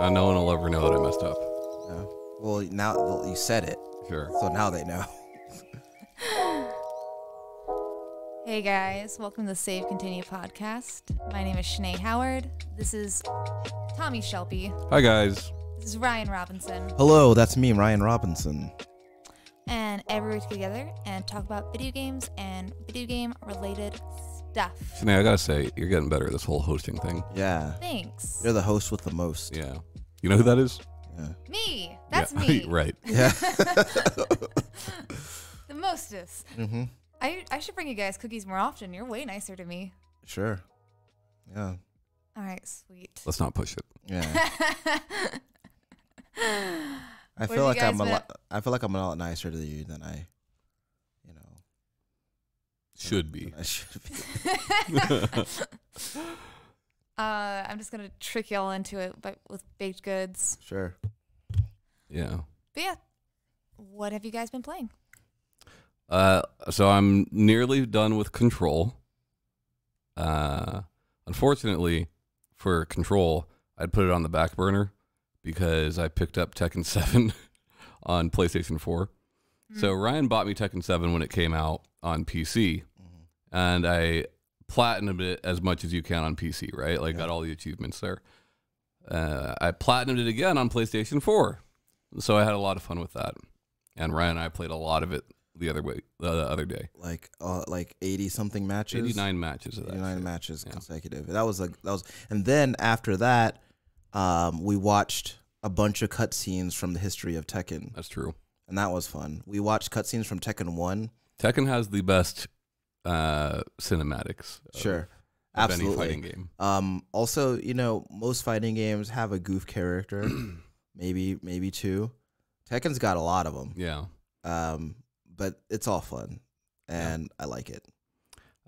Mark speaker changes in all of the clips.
Speaker 1: Uh, no one will ever know that I messed up.
Speaker 2: No. Well, now well, you said it,
Speaker 1: Sure.
Speaker 2: so now they know.
Speaker 3: Hey guys, welcome to the Save Continue podcast. My name is Shanae Howard. This is Tommy Shelby.
Speaker 1: Hi guys.
Speaker 3: This is Ryan Robinson.
Speaker 2: Hello, that's me, Ryan Robinson.
Speaker 3: And every week together and talk about video games and video game related stuff.
Speaker 1: Sinead, I gotta say, you're getting better at this whole hosting thing.
Speaker 2: Yeah,
Speaker 3: Thanks.
Speaker 2: you're the host with the most.
Speaker 1: Yeah. You know who that is?
Speaker 3: Me. That's
Speaker 1: Yeah.
Speaker 3: me.
Speaker 1: right.
Speaker 2: Yeah.
Speaker 3: The mostest.
Speaker 2: mm-hmm.
Speaker 3: I, I should bring you guys cookies more often. You're way nicer to me.
Speaker 2: Sure. Yeah.
Speaker 3: All right, sweet.
Speaker 1: Let's not push it.
Speaker 2: Yeah. I
Speaker 3: Where
Speaker 2: feel
Speaker 3: have you
Speaker 2: like I'm
Speaker 3: guys
Speaker 2: a lot.
Speaker 3: met?
Speaker 2: I feel like I'm a lot nicer to you than I, you know, than-
Speaker 1: Should be.
Speaker 2: than I should be.
Speaker 3: Uh, I'm just gonna trick y'all into it, but with baked goods.
Speaker 2: Sure.
Speaker 1: Yeah.
Speaker 3: But yeah, what have you guys been playing?
Speaker 1: Uh, so I'm nearly done with Control. Uh, unfortunately, for Control, I'd put it on the back burner because I picked up Tekken 7 on PlayStation 4. So Ryan bought me Tekken 7 when it came out on PC, and I platinumed it as much as you can on PC, right? Like, got all the achievements there. Uh, I platinumed it again on PlayStation 4. So I had a lot of fun with that. And Ryan and I played a lot of it the other way the other day.
Speaker 2: Like uh, like eighty something matches.
Speaker 1: 89 matches of that.
Speaker 2: 89
Speaker 1: shit.
Speaker 2: matches
Speaker 1: Yeah.
Speaker 2: consecutive. That was like that was, and then after that, um, we watched a bunch of cutscenes from the history of Tekken,
Speaker 1: That's true.
Speaker 2: and that was fun. We watched cutscenes from Tekken One.
Speaker 1: Tekken has the best uh, cinematics. of-
Speaker 2: Sure,
Speaker 1: of
Speaker 2: absolutely.
Speaker 1: Any fighting game.
Speaker 2: Um, also, you know, most fighting games have a goof character, maybe maybe two. Tekken's got a lot of them,
Speaker 1: Yeah.
Speaker 2: um, but it's all fun, and I like it.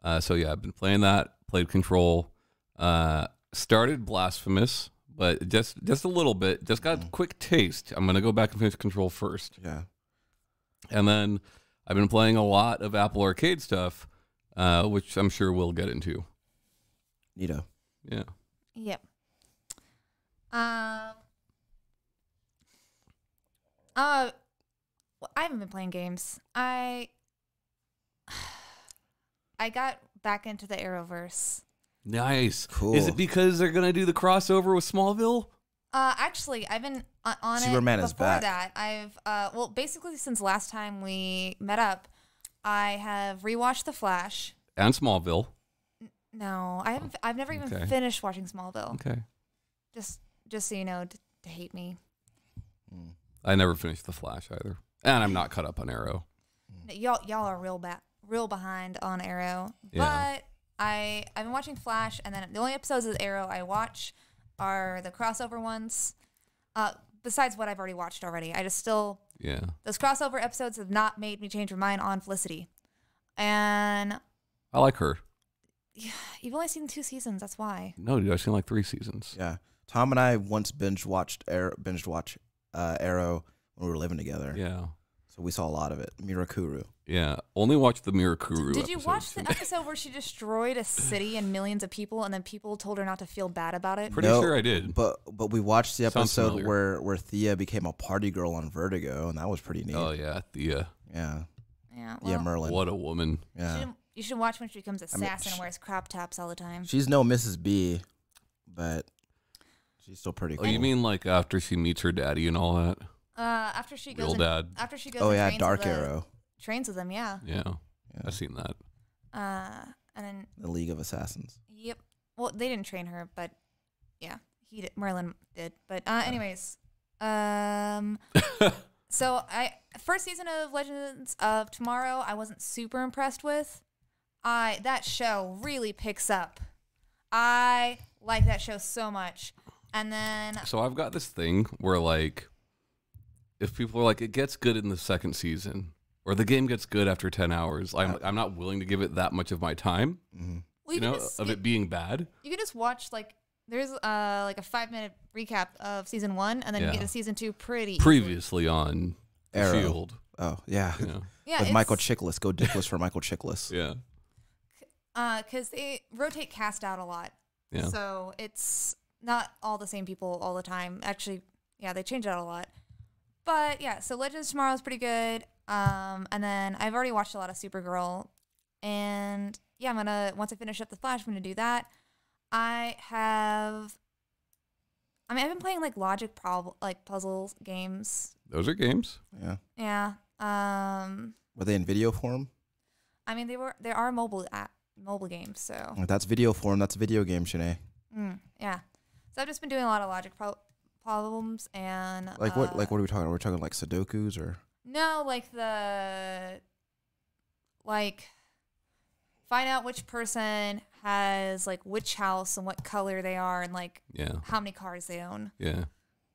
Speaker 1: Uh, so yeah, I've been playing that. Played Control. Uh, started Blasphemous, but just just a little bit. Just got a quick taste. I'm gonna go back and finish Control first,
Speaker 2: Yeah,
Speaker 1: and then I've been playing a lot of Apple Arcade stuff, uh, which I'm sure we'll get into.
Speaker 2: Nito.
Speaker 1: Yeah.
Speaker 3: Yep. Um. Uh, well, I haven't been playing games. I I got back into the Arrowverse.
Speaker 1: Nice.
Speaker 2: Cool.
Speaker 1: Is it because they're gonna do the crossover with Smallville?
Speaker 3: Uh, actually, I've been o- on
Speaker 2: Superman
Speaker 3: it
Speaker 2: is
Speaker 3: before
Speaker 2: back.
Speaker 3: that. I've uh, well, basically since last time we met up, I have rewatched The Flash.
Speaker 1: And Smallville.
Speaker 3: No, I haven't. I've never even
Speaker 1: Okay.
Speaker 3: finished watching Smallville.
Speaker 1: Okay.
Speaker 3: Just, just so you know, to, to hate me.
Speaker 1: I never finished The Flash either, and I'm not caught up on Arrow.
Speaker 3: Y'all, y'all are real bad, real behind on Arrow.
Speaker 1: Yeah.
Speaker 3: But I, I've been watching Flash, and then the only episodes of Arrow I watch are the crossover ones. Uh, besides what I've already watched already, I just still
Speaker 1: Yeah.
Speaker 3: those crossover episodes have not made me change my mind on Felicity. And
Speaker 1: I like her.
Speaker 3: you've only seen two seasons. That's why.
Speaker 1: No, dude, I've seen like three seasons.
Speaker 2: Yeah, Tom and I once binge watched Arrow, binge watch uh, Arrow when we were living together.
Speaker 1: Yeah.
Speaker 2: So we saw a lot of it. Mirakuru.
Speaker 1: Yeah. Only watch the Mirakuru.
Speaker 3: Did you watch
Speaker 1: episodes.
Speaker 3: the episode where she destroyed a city and millions of people, and then people told her not to feel bad about it?
Speaker 1: Pretty sure I did.
Speaker 2: But but we watched the
Speaker 1: Mm. Sounds
Speaker 2: episode
Speaker 1: familiar.
Speaker 2: where where Thea became a party girl on Vertigo, and that was pretty neat.
Speaker 1: oh yeah, Thea.
Speaker 2: yeah,
Speaker 3: Yeah.
Speaker 2: yeah,
Speaker 3: well,
Speaker 2: Merlin.
Speaker 1: What a woman.
Speaker 3: you
Speaker 2: Yeah,
Speaker 3: shouldn't- You should watch when she becomes
Speaker 2: mean,
Speaker 3: assassin
Speaker 2: sh-
Speaker 3: and wears crop tops all the time.
Speaker 2: she's no Mrs. B, but she's still pretty.
Speaker 1: Oh,
Speaker 2: Cool.
Speaker 1: you mean like after she meets her daddy and all that?
Speaker 3: Uh, after she goes,
Speaker 1: Real dad.
Speaker 3: and- after she goes,
Speaker 2: Oh
Speaker 3: and
Speaker 2: yeah,
Speaker 3: trains
Speaker 2: Dark
Speaker 3: with the-
Speaker 2: Arrow,
Speaker 3: trains with them, yeah.
Speaker 1: Yeah. I've seen that.
Speaker 3: Uh, and then
Speaker 2: the League of Assassins.
Speaker 3: Yep. Well, they didn't train her, but yeah, he did. Merlin did. But uh, anyways, um, so I first season of Legends of Tomorrow, I wasn't super impressed with. I that show really picks up. I like that show so much. And then
Speaker 1: So I've got this thing where like if people are like it gets good in the second season or the game gets good after 10 hours, I'm I'm not willing to give it that much of my time,
Speaker 3: we
Speaker 1: you know,
Speaker 3: just,
Speaker 1: of
Speaker 3: you,
Speaker 1: it being bad.
Speaker 3: you can just watch like there's uh like a five minute recap of season one, and then you
Speaker 1: Yeah.
Speaker 3: get to season two pretty
Speaker 1: Previously on The
Speaker 2: Arrow.
Speaker 1: Shield.
Speaker 2: Oh yeah,
Speaker 1: Yeah.
Speaker 3: yeah
Speaker 2: with Michael
Speaker 3: it's-
Speaker 2: Chiklis. Go Dickless for Michael Chiklis.
Speaker 1: Yeah.
Speaker 3: uh, because they rotate cast out a lot.
Speaker 1: Yeah.
Speaker 3: So it's not all the same people all the time. Actually, yeah, they change it out a lot. But yeah, so Legends of Tomorrow is pretty good. Um, and then I've already watched a lot of Supergirl, and yeah, I'm gonna once I finish up the Flash, I'm gonna do that. I have. I mean, I've been playing like logic problem, like puzzles games.
Speaker 1: Those are games.
Speaker 2: Yeah.
Speaker 3: Yeah. Um.
Speaker 2: Were they in video form?
Speaker 3: I mean, they were there are mobile app, mobile games, so
Speaker 2: If that's video form, that's a video game, Shanae.
Speaker 3: mm, yeah. So I've just been doing a lot of logic pro- problems and
Speaker 2: Like what?
Speaker 3: uh,
Speaker 2: Like what are we talking? about? We're talking like Sudoku's or
Speaker 3: No, like the like find out which person has like which house and what color they are and like
Speaker 1: Yeah.
Speaker 3: how many cars they own
Speaker 1: Yeah.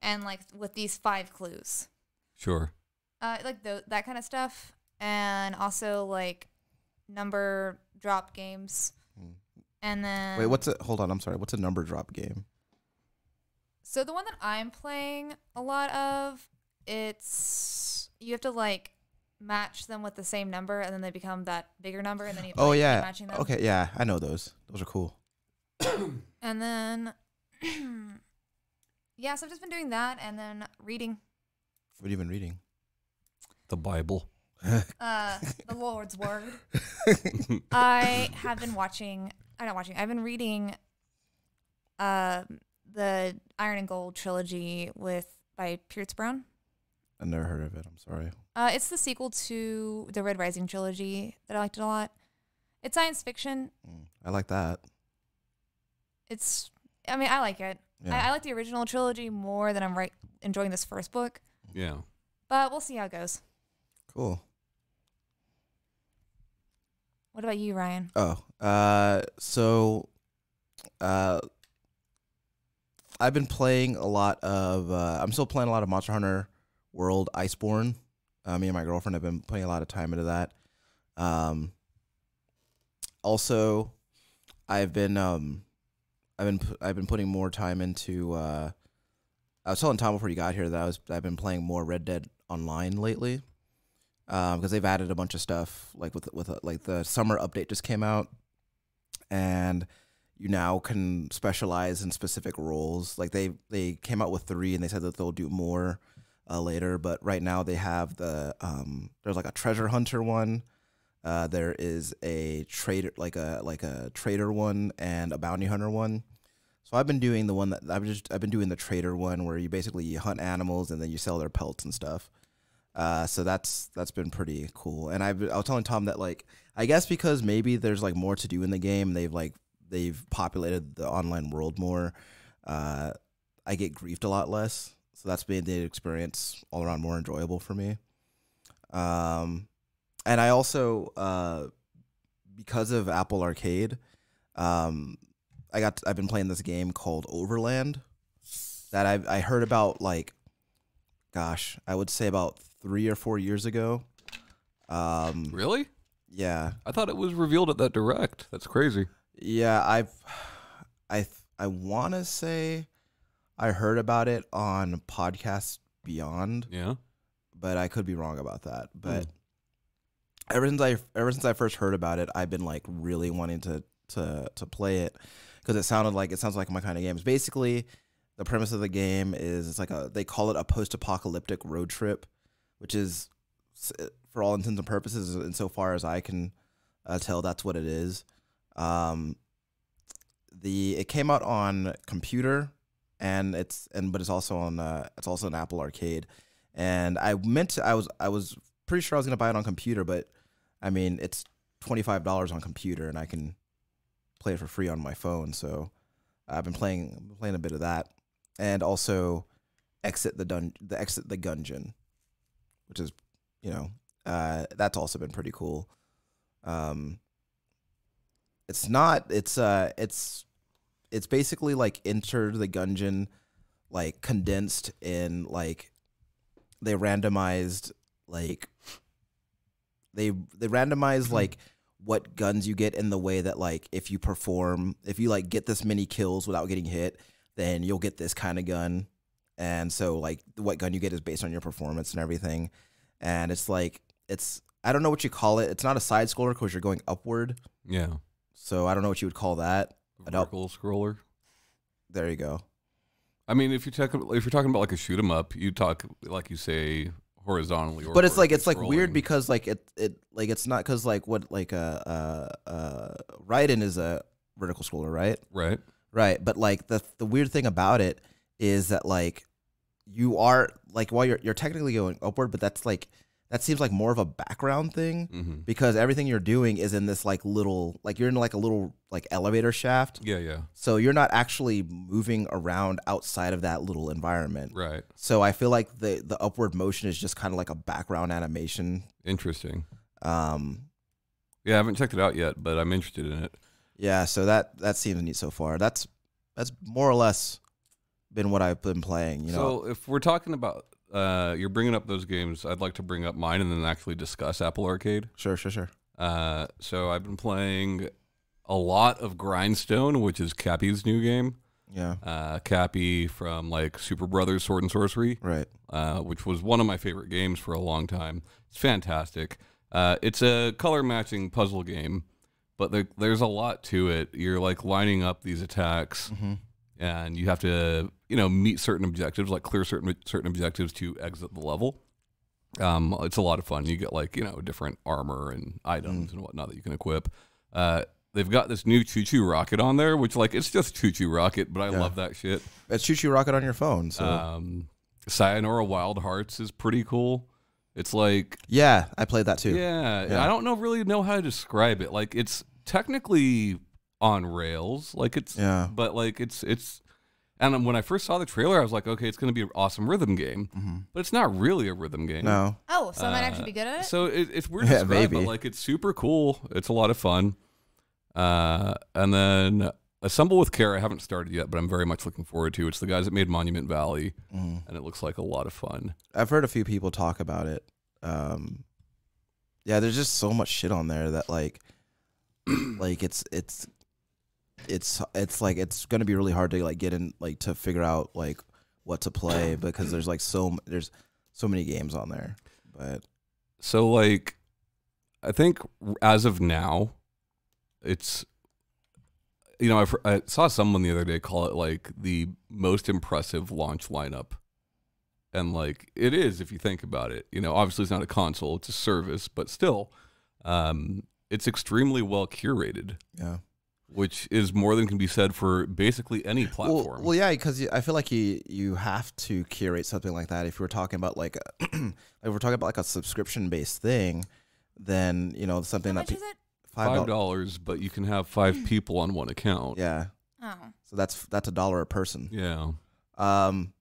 Speaker 3: and like with these five clues.
Speaker 1: Sure.
Speaker 3: Uh like tho- that kind of stuff and also like number drop games.
Speaker 2: Mm.
Speaker 3: Uh, And then
Speaker 2: wait, what's it? Hold on, I'm sorry. What's a number drop game?
Speaker 3: So the one that I'm playing a lot of, it's you have to like match them with the same number, and then they become that bigger number, and then you have to,
Speaker 2: Oh
Speaker 3: like, keep
Speaker 2: yeah.
Speaker 3: matching them.
Speaker 2: Okay, yeah, I know those. Those are cool.
Speaker 3: And then yeah, so I've just been doing that, and then reading
Speaker 2: What have you been reading?
Speaker 1: The Bible.
Speaker 3: uh, the Lord's word. I have been watching. I'm not watching. I've been reading uh, the Iron and Gold trilogy with by Pierce Brown.
Speaker 2: I never heard of it. I'm sorry.
Speaker 3: Uh, it's the sequel to the Red Rising trilogy that I liked a lot. It's science fiction.
Speaker 2: Mm, I like that.
Speaker 3: It's, I mean, I like it.
Speaker 2: Yeah.
Speaker 3: I, I like the original trilogy more than I'm right enjoying this first book,
Speaker 1: Yeah.
Speaker 3: but we'll see how it goes.
Speaker 2: cool.
Speaker 3: What about you, Ryan?
Speaker 2: Oh, uh, so, uh, I've been playing a lot of. Uh, I'm still playing a lot of Monster Hunter World Iceborne. Uh, me and my girlfriend have been putting a lot of time into that. Um, also, I've been um, I've been pu- I've been putting more time into. Uh, I was telling Tom before you got here that I was I've been playing more Red Dead Online lately, because Um, they've added a bunch of stuff like with with uh, like the summer update just came out, and you now can specialize in specific roles. Like they they came out with three and they said that they'll do more uh, later, but right now they have the um, there's like a treasure hunter one. Uh, there is a trader, like a like a trader one, and a bounty hunter one. So I've been doing the one that I've just I've been doing the trader one where you basically you hunt animals and then you sell their pelts and stuff. Uh, so that's that's been pretty cool. And I've, I was telling Tom that like I guess because maybe there's like more to do in the game. They've like they've populated the online world more. Uh, I get griefed a lot less, so that's made the experience all around more enjoyable for me. Um, and I also uh, because of Apple Arcade, um, I got I've been playing this game called Overland that I I heard about like gosh, I would say about 3 or 4 years ago. Um
Speaker 1: Really?
Speaker 2: yeah.
Speaker 1: I thought it was revealed at that direct. That's crazy.
Speaker 2: Yeah, I've I th- I want to say I heard about it on podcast Beyond
Speaker 1: Yeah.
Speaker 2: but I could be wrong about that. But ever since I ever since I first heard about it, I've been like really wanting to to to play it because it sounded like it sounds like my kind of game. It's basically the premise of the game is it's like a they call it a post apocalyptic road trip, which is s- for all intents and purposes, and so far as I can uh, tell, that's what it is. Um, the it came out on computer and it's and but it's also on uh, it's also an Apple Arcade and I meant to, I was I was pretty sure I was gonna buy it on computer, but I mean it's twenty five dollars on computer, and I can play it for free on my phone. So I've been playing playing a bit of that, and also exit the dun the exit the gungeon, which is you know uh, that's also been pretty cool. Um, it's not it's uh it's it's basically like enter the gungeon like condensed in like they randomized like they they randomized like what guns you get in the way that like if you perform if you like get this many kills without getting hit then you'll get this kind of gun and so like what gun you get is based on your performance and everything and it's like it's i don't know what you call it it's not a side scroller because you're going upward
Speaker 1: Yeah.
Speaker 2: so i don't know what you would call that I don't-
Speaker 1: Vertical scroller.
Speaker 2: there you go
Speaker 1: I mean, if you check, if you're talking about like a shoot 'em up, you talk like you say horizontally, or
Speaker 2: but it's like it's like
Speaker 1: vertically
Speaker 2: weird
Speaker 1: scrolling.
Speaker 2: because like it it like it's not because like what like a uh, uh Raiden is a vertical scroller, right?
Speaker 1: right.
Speaker 2: Right, but like the the weird thing about it is that like you are like while you're you're technically going upward, but that's like that seems like more of a background thing
Speaker 1: Mm-hmm.
Speaker 2: because everything you're doing is in this like little like you're in like a little like elevator shaft.
Speaker 1: Yeah, yeah,
Speaker 2: So you're not actually moving around outside of that little environment.
Speaker 1: right.
Speaker 2: So I feel like the the upward motion is just kind of like a background animation.
Speaker 1: Interesting.
Speaker 2: Um
Speaker 1: Yeah, I haven't checked it out yet, but I'm interested in it.
Speaker 2: yeah, so that that seems neat so far. That's that's more or less been what I've been playing, you know.
Speaker 1: so if we're talking about, uh, you're bringing up those games, I'd like to bring up mine and then actually discuss Apple Arcade.
Speaker 2: Sure, sure, sure.
Speaker 1: Uh, so I've been playing a lot of Grindstone, which is Cappy's new game.
Speaker 2: Yeah.
Speaker 1: Uh, Cappy from like Super Brothers Sword and Sorcery.
Speaker 2: Right.
Speaker 1: uh, which was one of my favorite games for a long time. It's fantastic. Uh, it's a color matching puzzle game, but there, there's a lot to it. You're like lining up these attacks, and you have to you know meet certain objectives, like clear certain certain objectives to exit the level. Um, it's a lot of fun. You get like you know different armor and items and whatnot that you can equip. Uh, they've got this new Choo Choo Rocket on there, which like it's just Choo Choo Rocket, but I love that shit.
Speaker 2: It's Choo Choo Rocket on your phone. So
Speaker 1: Um, Sayonara Wild Hearts is pretty cool. It's like,
Speaker 2: yeah, I played that too.
Speaker 1: yeah,
Speaker 2: Yeah.
Speaker 1: I don't know really know how to describe it. Like it's technically on rails, like it's,
Speaker 2: Yeah.
Speaker 1: but like it's it's. And when I first saw the trailer, I was like, okay, it's going to be an awesome rhythm game, but it's not really a rhythm game.
Speaker 2: Mm-hmm. No.
Speaker 3: Oh, so I might actually be good at it.
Speaker 1: So it, it's weird to
Speaker 2: Yeah,
Speaker 1: describe, but
Speaker 2: maybe.
Speaker 1: like it's super cool. It's a lot of fun. Uh, and then Assemble with Care, I haven't started yet, but I'm very much looking forward to. It's the guys that made Monument Valley,
Speaker 2: Mm-hmm.
Speaker 1: and it looks like a lot of fun.
Speaker 2: I've heard a few people talk about it. Um, yeah, there's just so much shit on there that like, like it's it's it's it's like it's gonna be really hard to like get in like to figure out like what to play because there's like so m- there's so many games on there. But
Speaker 1: So like, I think as of now, it's you know I've, I saw someone the other day call it like the most impressive launch lineup, and like it is if you think about it. You know, obviously it's not a console; it's a service, but still, um, it's extremely well curated,
Speaker 2: yeah.
Speaker 1: which is more than can be said for basically any
Speaker 2: Well-
Speaker 1: platform.
Speaker 2: Well, yeah, because I feel like you you have to curate something like that. If we're talking about like, a, if we're talking about like a subscription based thing, then you know
Speaker 3: How
Speaker 2: something that
Speaker 3: much
Speaker 2: pe-
Speaker 3: is it?
Speaker 1: Five
Speaker 2: dollars.
Speaker 1: dollars, but you can have five people on one account.
Speaker 2: Yeah,
Speaker 3: Oh,
Speaker 2: so that's that's a dollar a person.
Speaker 1: yeah.
Speaker 2: Um,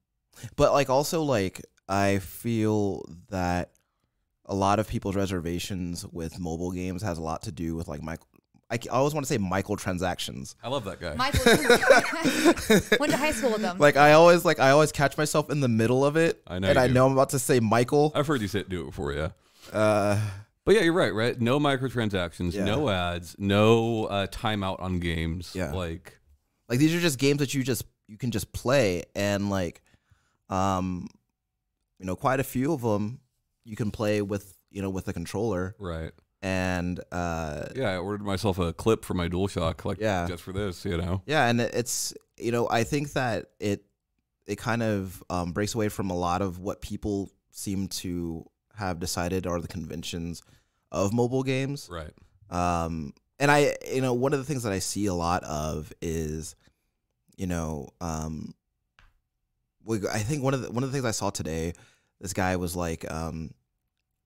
Speaker 2: but like also like I feel that a lot of people's reservations with mobile games has a lot to do with like Michael. I c- I always want to say Michael transactions.
Speaker 1: I love that guy.
Speaker 3: Michael went to high school with them.
Speaker 2: Like I always like I always catch myself in the middle of it,
Speaker 1: I know
Speaker 2: and
Speaker 1: you
Speaker 2: I
Speaker 1: do.
Speaker 2: know I'm about to say Michael.
Speaker 1: I've heard you say do it before, yeah.
Speaker 2: Uh,
Speaker 1: But yeah, you're right, right? No microtransactions,
Speaker 2: Yeah.
Speaker 1: no ads, no uh, timeout on games.
Speaker 2: Yeah.
Speaker 1: Like,
Speaker 2: Like these are just games that you just you can just play and like um you know quite a few of them you can play with you know with a controller
Speaker 1: right.
Speaker 2: and uh
Speaker 1: Yeah, I ordered myself a clip for my DualShock, like,
Speaker 2: Yeah.
Speaker 1: just for this, you know?
Speaker 2: yeah and it- it's you know I think that it it kind of um, breaks away from a lot of what people seem to have decided are the conventions of mobile games
Speaker 1: Right.
Speaker 2: Um, and I, you know, one of the things that I see a lot of is, you know, um, we, I think one of the one of the things I saw today, this guy was like, um,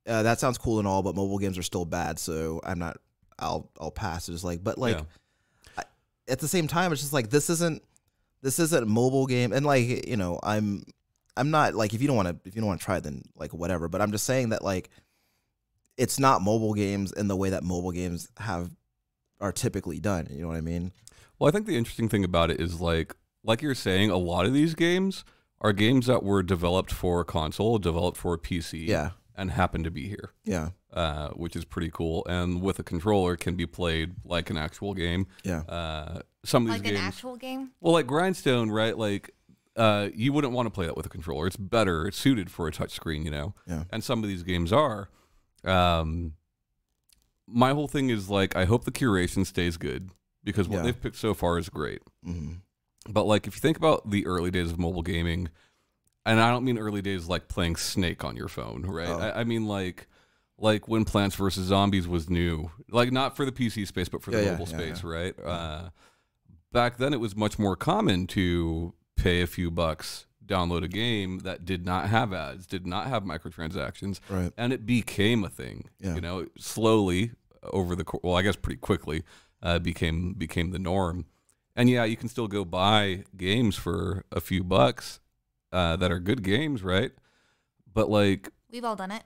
Speaker 2: uh, "That sounds cool and all, but mobile games are still bad, so I'm not. I'll I'll pass." It's like, but like
Speaker 1: Yeah.
Speaker 2: I, at the same time, it's just like this isn't this isn't a mobile game, and like you know, I'm I'm not like if you don't want to if you don't want to try, it, then like whatever. But I'm just saying that like it's not mobile games in the way that mobile games have are typically done. You know what I mean?
Speaker 1: Well, I think the interesting thing about it is, like, like you're saying, a lot of these games are games that were developed for console, developed for PC,
Speaker 2: Yeah,
Speaker 1: and happen to be here.
Speaker 2: yeah,
Speaker 1: uh, which is pretty cool. And with a controller, can be played like an actual game.
Speaker 2: Yeah.
Speaker 1: Uh, some of these
Speaker 3: like an
Speaker 1: games,
Speaker 3: actual game?
Speaker 1: well, like Grindstone, right? Like, uh, you wouldn't want to play that with a controller. It's better. It's suited for a touchscreen, you know.
Speaker 2: Yeah.
Speaker 1: And some of these games are. Um, my whole thing is like, I hope the curation stays good because what
Speaker 2: Yeah.
Speaker 1: they've picked so far is great.
Speaker 2: hmm
Speaker 1: But like if you think about the early days of mobile gaming, and I don't mean early days like playing Snake on your phone, right?
Speaker 2: Oh.
Speaker 1: I, I mean like like when Plants vs Zombies was new, like not for the PC space, but for the
Speaker 2: Yeah, yeah,
Speaker 1: mobile
Speaker 2: yeah,
Speaker 1: space, right? Uh, back then, it was much more common to pay a few bucks, download a game that did not have ads, did not have microtransactions,
Speaker 2: Right.
Speaker 1: and it became a thing.
Speaker 2: Yeah.
Speaker 1: You know, slowly over the cour- well, I guess pretty quickly uh, became became the norm. And yeah, you can still go buy games for a few bucks uh, that are good games, right? But like,
Speaker 3: We've all done it.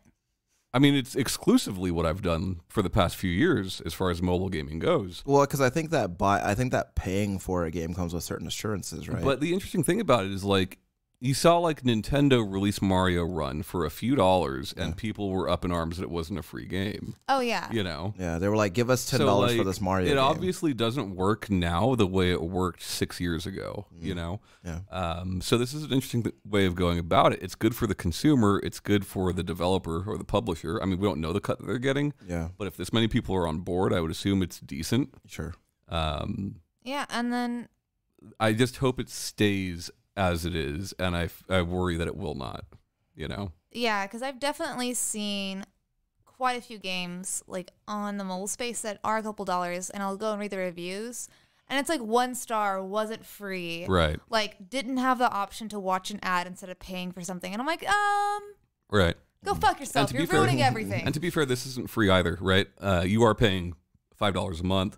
Speaker 1: I mean, it's exclusively what I've done for the past few years as far as mobile gaming goes.
Speaker 2: Well, because I think that buy, I think that paying for a game comes with certain assurances, right?
Speaker 1: But the interesting thing about it is like you saw like Nintendo release Mario Run for a few dollars and people were up in arms that it wasn't a free game,
Speaker 3: Oh yeah.
Speaker 1: you know.
Speaker 2: yeah, they were like, give us ten
Speaker 1: So,
Speaker 2: dollars for
Speaker 1: like,
Speaker 2: this Mario.
Speaker 1: It
Speaker 2: game.
Speaker 1: obviously doesn't work now the way it worked 6 years ago, you know.
Speaker 2: Mm. Yeah.
Speaker 1: Um, so this is an interesting th- way of going about it. It's good for the consumer, it's good for the developer or the publisher. I mean, we don't know the cut that they're getting,
Speaker 2: yeah,
Speaker 1: but if this many people are on board, I would assume it's decent.
Speaker 2: sure.
Speaker 1: Um,
Speaker 3: Yeah, and then
Speaker 1: I just hope it stays as it is, and I, f- I worry that it will not. You know,
Speaker 3: yeah, because I've definitely seen quite a few games like on the mobile space that are a couple dollars, and I'll go and read the reviews, and it's like one star wasn't free,
Speaker 1: right,
Speaker 3: like didn't have the option to watch an ad instead of paying for something, and I'm like, um,
Speaker 1: right.
Speaker 3: go fuck yourself.
Speaker 1: Mm. to
Speaker 3: You're
Speaker 1: be fair-
Speaker 3: ruining everything.
Speaker 1: And to be fair, this isn't free either, right? Uh, you are paying five dollars a month,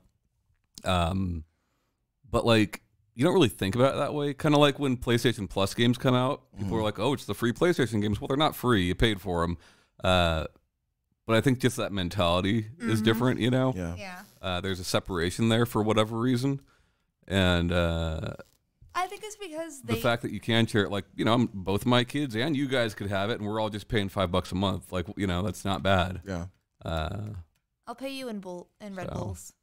Speaker 1: um, but like you don't really think about it that way. Kind of like when PlayStation Plus games come out, people are like, "Oh, it's the free PlayStation games." Well, they're not free; you paid for them. Uh, but I think just that mentality is different. You know,
Speaker 2: Yeah,
Speaker 3: yeah.
Speaker 1: uh, there's a separation there for whatever reason, and. Uh,
Speaker 3: I think it's because
Speaker 1: the
Speaker 3: they
Speaker 1: fact that you can share it, like you know, I'm, both my kids and you guys could have it, and we're all just paying five bucks a month. Like you know, that's not bad.
Speaker 2: yeah.
Speaker 1: Uh,
Speaker 3: I'll pay you in bull in Red
Speaker 1: So.
Speaker 3: Bulls.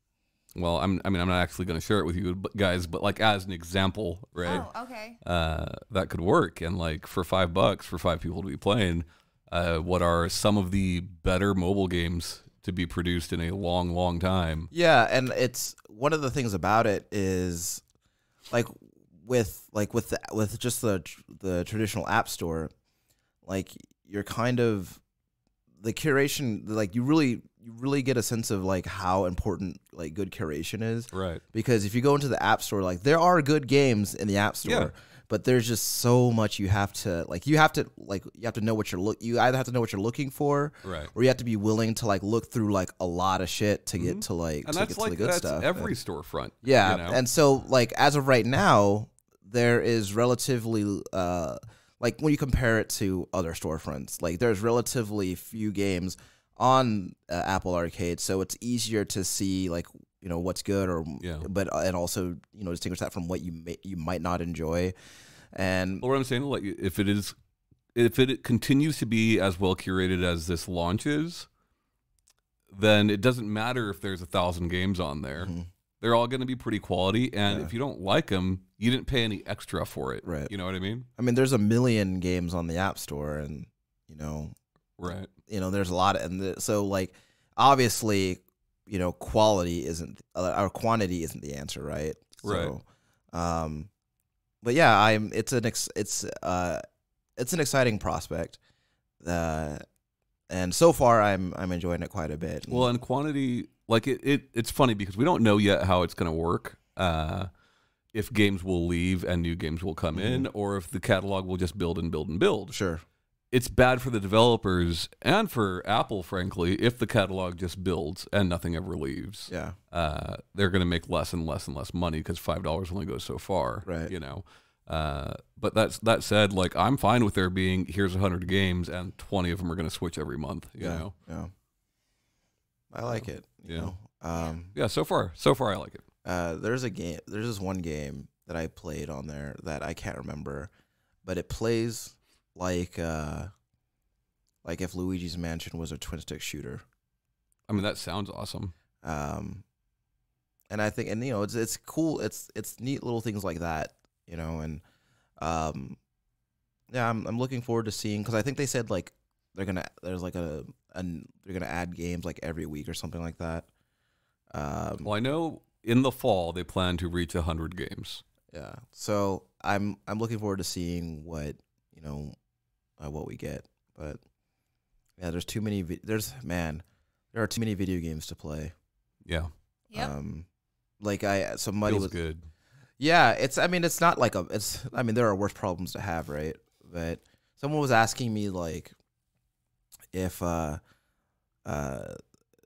Speaker 1: well, I'm, I mean, I'm not actually going to share it with you but- guys, but like as an example, right?
Speaker 3: Oh, okay.
Speaker 1: Uh, that could work, and like for five bucks for five people to be playing, uh, what are some of the better mobile games to be produced in a long, long time?
Speaker 2: Yeah, and it's one of the things about it is like with like with the, with just the tr- the traditional app store, like you're kind of the curation like you really you really get a sense of like how important like good curation is
Speaker 1: Right.
Speaker 2: because if you go into the app store like there are good games in the app store
Speaker 1: Yeah.
Speaker 2: but there's just so much you have to like you have to like you have to know what you're look you either have to know what you're looking for
Speaker 1: Right.
Speaker 2: or you have to be willing to like look through like a lot of shit to get to like
Speaker 1: Mm-hmm. And
Speaker 2: to
Speaker 1: that's
Speaker 2: get
Speaker 1: like
Speaker 2: to the good
Speaker 1: that's
Speaker 2: stuff.
Speaker 1: every storefront.
Speaker 2: yeah,
Speaker 1: you know?
Speaker 2: and so like as of right now, there is relatively uh like when you compare it to other storefronts, like there's relatively few games on uh, Apple Arcade, so it's easier to see like you know what's good or
Speaker 1: Yeah.
Speaker 2: but uh, and also you know distinguish that from what you may, you might not enjoy, and
Speaker 1: Well, what I'm saying, like, if it is, if it continues to be as well curated as this launch is, then it doesn't matter if there's a thousand games on there. They're all going to be pretty quality, and if you don't like them, you didn't pay any extra for it.
Speaker 2: Right.
Speaker 1: You know what I mean?
Speaker 2: I mean there's a million games on the App Store, and you know
Speaker 1: Right.
Speaker 2: you know there's a lot and the, so like obviously you know quality isn't uh, or quantity isn't the answer right
Speaker 1: Right.
Speaker 2: so, um but yeah i'm it's an ex, it's uh it's an exciting prospect uh and so far i'm i'm enjoying it quite a bit
Speaker 1: Well, and quantity, like it, it it's funny because we don't know yet how it's going to work. Uh, if games will leave and new games will come in, or if the catalog will just build and build and build.
Speaker 2: sure
Speaker 1: it's bad for the developers and for Apple, frankly, if the catalog just builds and nothing ever leaves.
Speaker 2: yeah
Speaker 1: Uh, they're going to make less and less and less money because five dollars only goes so far.
Speaker 2: Right.
Speaker 1: You know. Uh, but that's that said, like I'm fine with there being here's hundred games and twenty of them are going to switch every month. You
Speaker 2: yeah
Speaker 1: know.
Speaker 2: yeah i like it you
Speaker 1: Yeah.
Speaker 2: know um
Speaker 1: Yeah. So far, so far, I like it.
Speaker 2: Uh, there's a game. There's this one game that I played on there that I can't remember, but it plays like uh, like if Luigi's Mansion was a twin stick shooter.
Speaker 1: I mean, that sounds awesome.
Speaker 2: Um, and I think, and you know, it's it's cool. It's it's neat little things like that, you know, and um, yeah, I'm I'm looking forward to seeing because I think they said like they're gonna there's like a an, they're gonna add games like every week or something like that. Um,
Speaker 1: Well, I know in the fall they plan to reach hundred games.
Speaker 2: Yeah. So I'm I'm looking forward to seeing what you know, uh, what we get. But yeah, there's too many. Vi- there's man, there are too many video games to play.
Speaker 1: Yeah,
Speaker 3: Yep.
Speaker 2: Um, like I so muddy
Speaker 1: feels
Speaker 2: was
Speaker 1: good.
Speaker 2: yeah. It's I mean it's not like a it's I mean there are worse problems to have right. But someone was asking me like if uh uh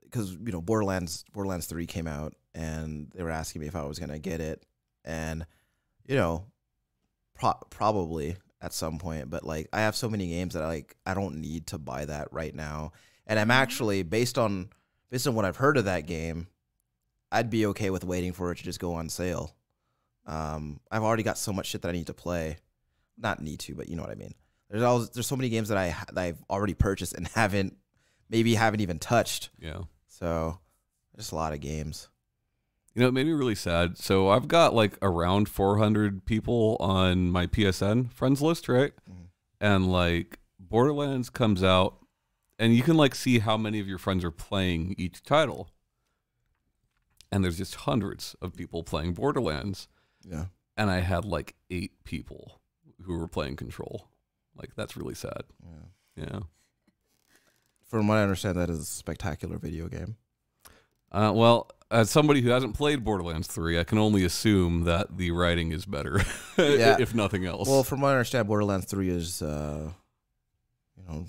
Speaker 2: because you know Borderlands Borderlands Three came out and they were asking me if I was gonna get it and you know pro- probably at some point but like I have so many games that I like I don't need to buy that right now and I'm actually based on based on what I've heard of that game I'd be okay with waiting for it to just go on sale um I've already got so much shit that I need to play not need to but you know what I mean there's all there's so many games that I ha- that I've already purchased and haven't maybe haven't even touched
Speaker 1: Yeah.
Speaker 2: so just a lot of games.
Speaker 1: You know, it made me really sad. So I've got like around 400 people on my PSN friends list, right?
Speaker 2: Mhm.
Speaker 1: And like Borderlands comes out, and you can like see how many of your friends are playing each title. And there's just hundreds of people playing Borderlands.
Speaker 2: Yeah.
Speaker 1: And I had like eight people who were playing Control. Like, that's really sad.
Speaker 2: yeah.
Speaker 1: Yeah.
Speaker 2: From what I understand, that is a spectacular video game.
Speaker 1: Uh, well, as somebody who hasn't played Borderlands 3, I can only assume that the writing is better,
Speaker 2: Yeah.
Speaker 1: if nothing else.
Speaker 2: Well, from what I understand, Borderlands Three is, uh, you know,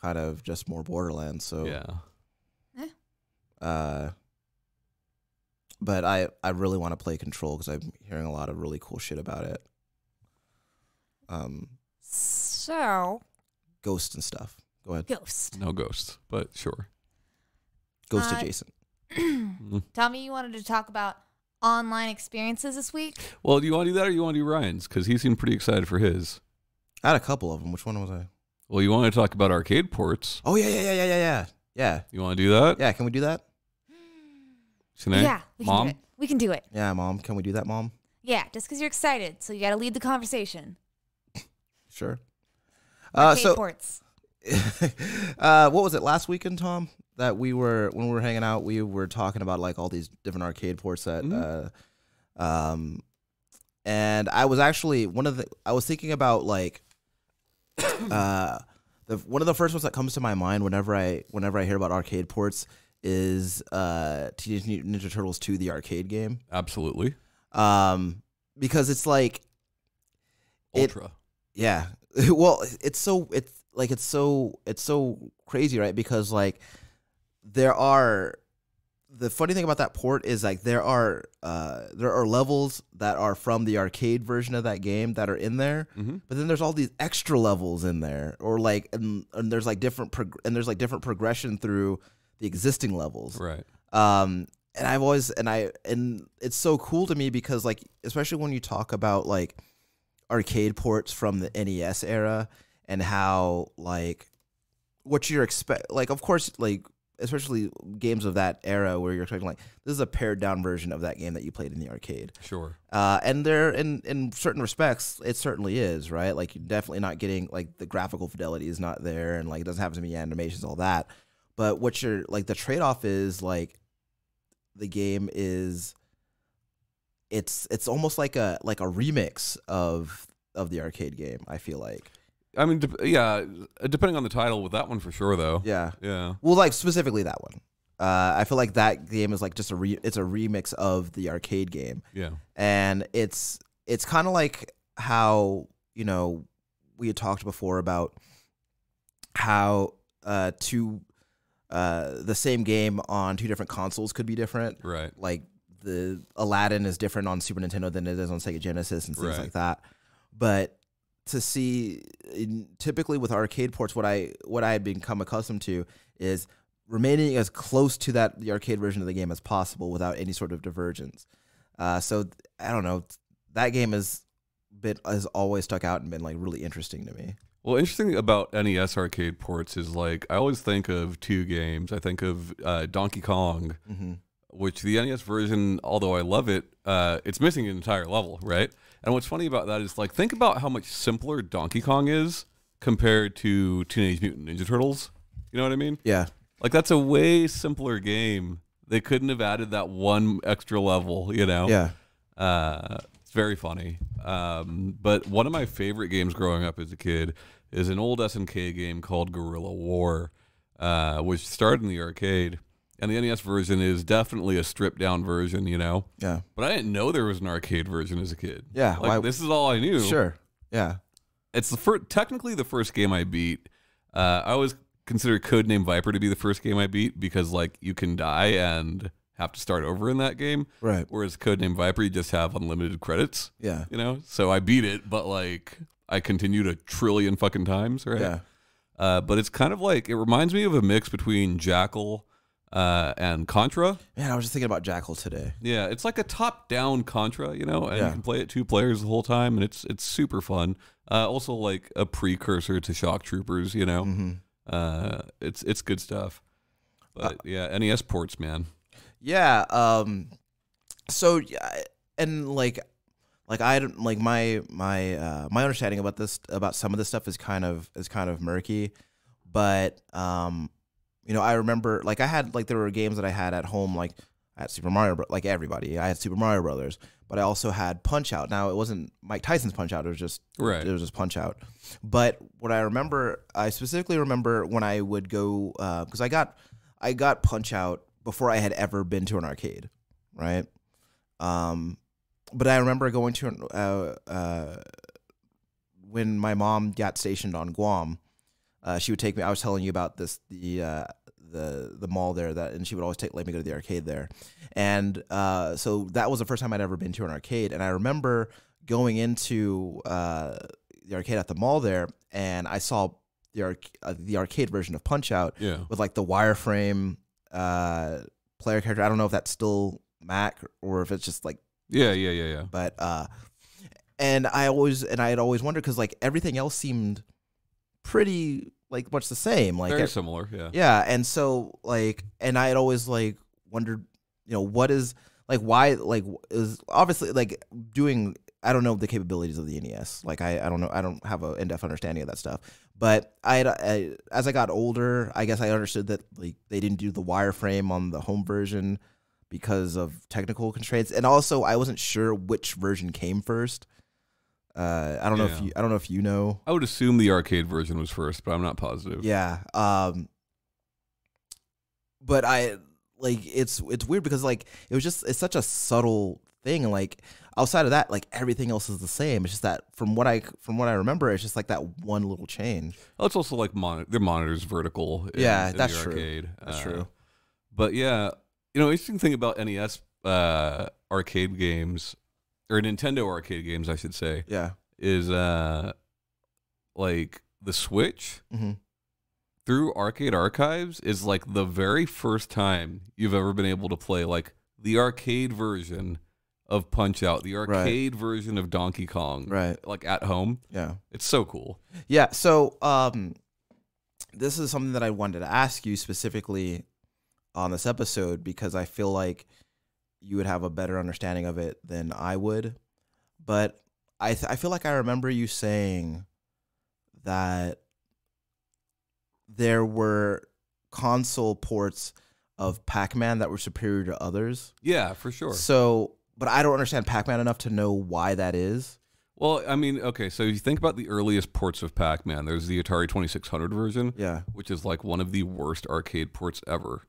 Speaker 2: kind of just more Borderlands. So,
Speaker 1: yeah.
Speaker 2: uh, but I I really want to play Control because I'm hearing a lot of really cool shit about it. Um,
Speaker 3: So
Speaker 2: ghosts and stuff. Go ahead,
Speaker 3: ghost.
Speaker 1: No ghosts, but sure.
Speaker 2: ghost
Speaker 3: Uh,
Speaker 2: adjacent.
Speaker 1: Mm.
Speaker 3: Tommy, you wanted to talk about online experiences this week.
Speaker 1: Well, do you want to do that or you want to do Ryan's? Because he seemed pretty excited for his.
Speaker 2: I had a couple of them. Which one was I?
Speaker 1: Well, you want to talk about arcade ports?
Speaker 2: Oh yeah yeah yeah yeah yeah yeah yeah
Speaker 1: You want to do that?
Speaker 2: yeah. Can we do that?
Speaker 1: Shanae?
Speaker 3: Yeah, we can
Speaker 1: Mom?
Speaker 3: do it. We can do it.
Speaker 2: Yeah, mom. Can we do that, mom?
Speaker 3: Yeah, just because you're excited, so you got to lead the conversation.
Speaker 2: Sure. Uh,
Speaker 3: Arcade
Speaker 2: so,
Speaker 3: ports.
Speaker 2: uh, what was it last weekend, Tom? That we were when we were hanging out, we were talking about like all these different arcade ports that,
Speaker 1: Mhm.
Speaker 2: uh, um, and I was actually one of the I was thinking about like, uh, the one of the first ones that comes to my mind whenever I whenever I hear about arcade ports is uh Teenage Mutant Ninja Turtles 2 the arcade game.
Speaker 1: Absolutely.
Speaker 2: Um because it's like It-
Speaker 1: Ultra.
Speaker 2: yeah. well, it's so it's like it's so it's so crazy, right? Because like there are the funny thing about that port is like there are uh there are levels that are from the arcade version of that game that are in there,
Speaker 1: Mhm.
Speaker 2: but then there's all these extra levels in there or like and, and there's like different prog- and there's like different progression through the existing levels
Speaker 1: Right.
Speaker 2: um and i've always and i and it's so cool to me because like especially when you talk about like arcade ports from the nes era and how like what you're expect like of course like especially games of that era where you're expecting like this is a pared down version of that game that you played in the arcade
Speaker 1: Sure.
Speaker 2: uh, and there, in in certain respects, it certainly is right. Like you're definitely not getting like the graphical fidelity is not there, and like it doesn't have as many animations, all that. But what you're like the trade off is like the game is it's it's almost like a like a remix of of the arcade game. I feel like
Speaker 1: I mean, dep yeah, depending on the title with that one for sure, though.
Speaker 2: yeah.
Speaker 1: Yeah.
Speaker 2: Well, like specifically that one. Uh, I feel like that game is like just a re- it's a remix of the arcade game.
Speaker 1: Yeah.
Speaker 2: and it's it's kind of like how you know we had talked before about how uh two uh the same game on two different consoles could be different
Speaker 1: Right.
Speaker 2: like the Aladdin is different on Super Nintendo than it is on Sega Genesis and things
Speaker 1: Right.
Speaker 2: like that. But to see in, typically with arcade ports, what I what I had become accustomed to is remaining as close to that the arcade version of the game as possible without any sort of divergence. Uh, so th- I don't know. That game has been has always stuck out and been like really interesting to me.
Speaker 1: Well, interesting about NES arcade ports is like I always think of two games. I think of uh, Donkey Kong,
Speaker 2: Mm-hmm.
Speaker 1: which the NES version, although I love it, uh, it's missing an entire level, right? And what's funny about that is like think about how much simpler Donkey Kong is compared to Teenage Mutant Ninja Turtles. You know what I mean?
Speaker 2: Yeah,
Speaker 1: Like that's a way simpler game. They couldn't have added that one extra level, you know?
Speaker 2: yeah.
Speaker 1: Uh, It's very funny. Um, but one of my favorite games growing up as a kid is an old SNK game called Guerrilla War, uh, which started in the arcade. And the NES version is definitely a stripped down version, you know?
Speaker 2: Yeah.
Speaker 1: But I didn't know there was an arcade version as a kid.
Speaker 2: Yeah,
Speaker 1: Like,
Speaker 2: why-
Speaker 1: this is all I knew.
Speaker 2: Sure. Yeah.
Speaker 1: It's the first, technically the first game I beat. Uh, I always consider Codename Viper to be the first game I beat because, like, you can die and have to start over in that game.
Speaker 2: Right.
Speaker 1: Whereas Codename Viper, you just have unlimited credits,
Speaker 2: Yeah.
Speaker 1: you know? So I beat it, but, like, I continued a trillion fucking times, right?
Speaker 2: Yeah.
Speaker 1: Uh, but it's kind of like, it reminds me of a mix between Jackal uh, and Contra.
Speaker 2: Man, I was just thinking about Jackal today.
Speaker 1: Yeah, it's like a top-down Contra, you know, and
Speaker 2: Yeah.
Speaker 1: you can play it two players the whole time, and it's it's super fun. Uh, also, like a precursor to Shock Troopers, you know. Uh, it's it's good stuff. But yeah, NES ports, man.
Speaker 2: Yeah. Um. So yeah, and like, like I don't like my my uh, my understanding about this about some of this stuff is kind of is kind of murky, but um, you know I remember like I had like there were games that I had at home like I had Super Mario Bro- like everybody I had Super Mario Brothers, but I also had Punch Out. Now it wasn't Mike Tyson's Punch Out. It was just
Speaker 1: Right.
Speaker 2: it was just punch out. But what I remember, I specifically remember when I would go because I got I got punch out before I had ever been to an arcade, right? Um, but I remember going to an, uh, uh, when my mom got stationed on Guam. Uh, she would take me. I was telling you about this the uh, the the mall there that, and she would always take let me go to the arcade there, and uh, so that was the first time I'd ever been to an arcade, and I remember going into uh, the arcade at the mall there, and I saw the arc- uh, the arcade version of Punch Out
Speaker 1: Yeah.
Speaker 2: with like the wireframe uh, player character. I don't know if that's still Mac or if it's just like
Speaker 1: Yeah, yeah, yeah, yeah.
Speaker 2: but uh and i always and i had always wondered because like everything else seemed pretty like much the same like
Speaker 1: Very
Speaker 2: e-
Speaker 1: similar. Yeah.
Speaker 2: yeah and so like and i had always like wondered you know what is like why like w- is obviously like doing i don't know the capabilities of the nes like i, I don't know i don't have an in-depth understanding of that stuff but I, had- I as i got older i guess i understood that like they didn't do the wireframe on the home version because of technical constraints and also i wasn't sure which version came first uh, i don't know if
Speaker 1: Yeah.
Speaker 2: you i don't know if you know
Speaker 1: I would assume the arcade version was first, but I'm not positive.
Speaker 2: yeah. Um but I like it's it's weird because like it was just it's such a subtle thing and like outside of that like everything else is the same. It's just that from what I from what I remember it's just like that one little change.
Speaker 1: Oh, it's also like mon- their monitors vertical. in-
Speaker 2: Yeah,
Speaker 1: in the
Speaker 2: that's true.
Speaker 1: arcade.
Speaker 2: That's
Speaker 1: Uh,
Speaker 2: true.
Speaker 1: But yeah, you know, interesting thing about NES uh, arcade games or Nintendo arcade games, I should say,
Speaker 2: Yeah.
Speaker 1: is uh like the Switch
Speaker 2: hmm
Speaker 1: through Arcade Archives is like the very first time you've ever been able to play like the arcade version of Punch Out, the
Speaker 2: Right.
Speaker 1: arcade version of Donkey Kong,
Speaker 2: Right.
Speaker 1: like at home.
Speaker 2: Yeah.
Speaker 1: It's so cool.
Speaker 2: Yeah. So um, this is something that I wanted to ask you specifically on this episode because I feel like you would have a better understanding of it than I would. But I th- I feel like I remember you saying that there were console ports of Pac-Man that were superior to others.
Speaker 1: Yeah, for sure.
Speaker 2: So, but I don't understand Pac-Man enough to know why that is.
Speaker 1: Well, I mean, okay, so you think about the earliest ports of Pac-Man. There's the Atari 2600 version,
Speaker 2: Yeah.
Speaker 1: which is like one of the worst arcade ports ever.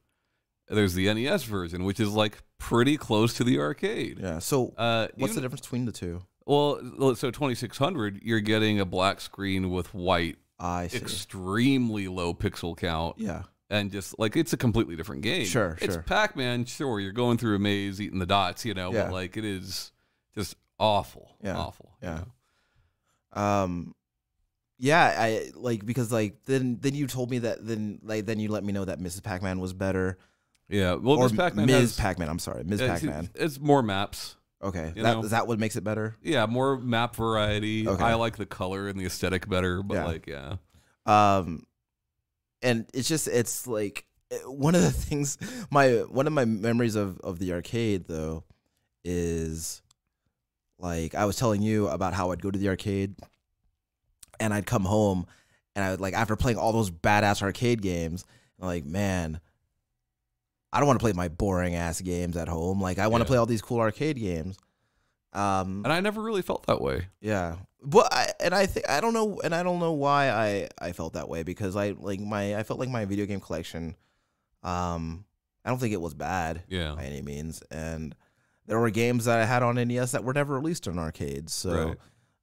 Speaker 1: There's the NES version, which is like pretty close to the arcade.
Speaker 2: Yeah. So,
Speaker 1: Uh,
Speaker 2: what's the
Speaker 1: even-
Speaker 2: difference between the two?
Speaker 1: Well, so 2600, you're getting a black screen with white,
Speaker 2: I see.
Speaker 1: extremely low pixel count,
Speaker 2: Yeah.
Speaker 1: and just like it's a completely different game.
Speaker 2: Sure,
Speaker 1: it's
Speaker 2: sure.
Speaker 1: Pac Man. Sure, you're going through a maze, eating the dots, you know,
Speaker 2: Yeah.
Speaker 1: but like it is just awful,
Speaker 2: Yeah,
Speaker 1: awful. you
Speaker 2: yeah.
Speaker 1: know?
Speaker 2: Um yeah, I like because like then then you told me that then like then you let me know that Mrs. Pac-Man was better
Speaker 1: yeah. Well, Ms. Pac Man,
Speaker 2: Ms. Pac-Man, I'm sorry. Ms. Pac-Man.
Speaker 1: Uh, It's, it's more maps.
Speaker 2: Okay.
Speaker 1: you
Speaker 2: That,
Speaker 1: know.
Speaker 2: is that what makes it better?
Speaker 1: Yeah, more map variety.
Speaker 2: Okay.
Speaker 1: I like the color and the aesthetic better, but
Speaker 2: Yeah.
Speaker 1: like, yeah,
Speaker 2: Um and it's just it's like eh, one of the things my one of my memories of of the arcade though is like I was telling you about how I'd go to the arcade and I'd come home and I would like after playing all those badass arcade games, I'm like, man, I don't want to play my boring ass games at home. Like I want to
Speaker 1: Yeah.
Speaker 2: play all these cool arcade games. Um,
Speaker 1: And I never really felt that way.
Speaker 2: yeah. But I and I think I don't know and I don't know why I I felt that way because I like my I felt like my video game collection um I don't think it was bad
Speaker 1: Yeah.
Speaker 2: by any means and there were games that I had on NES that were never released in arcades. So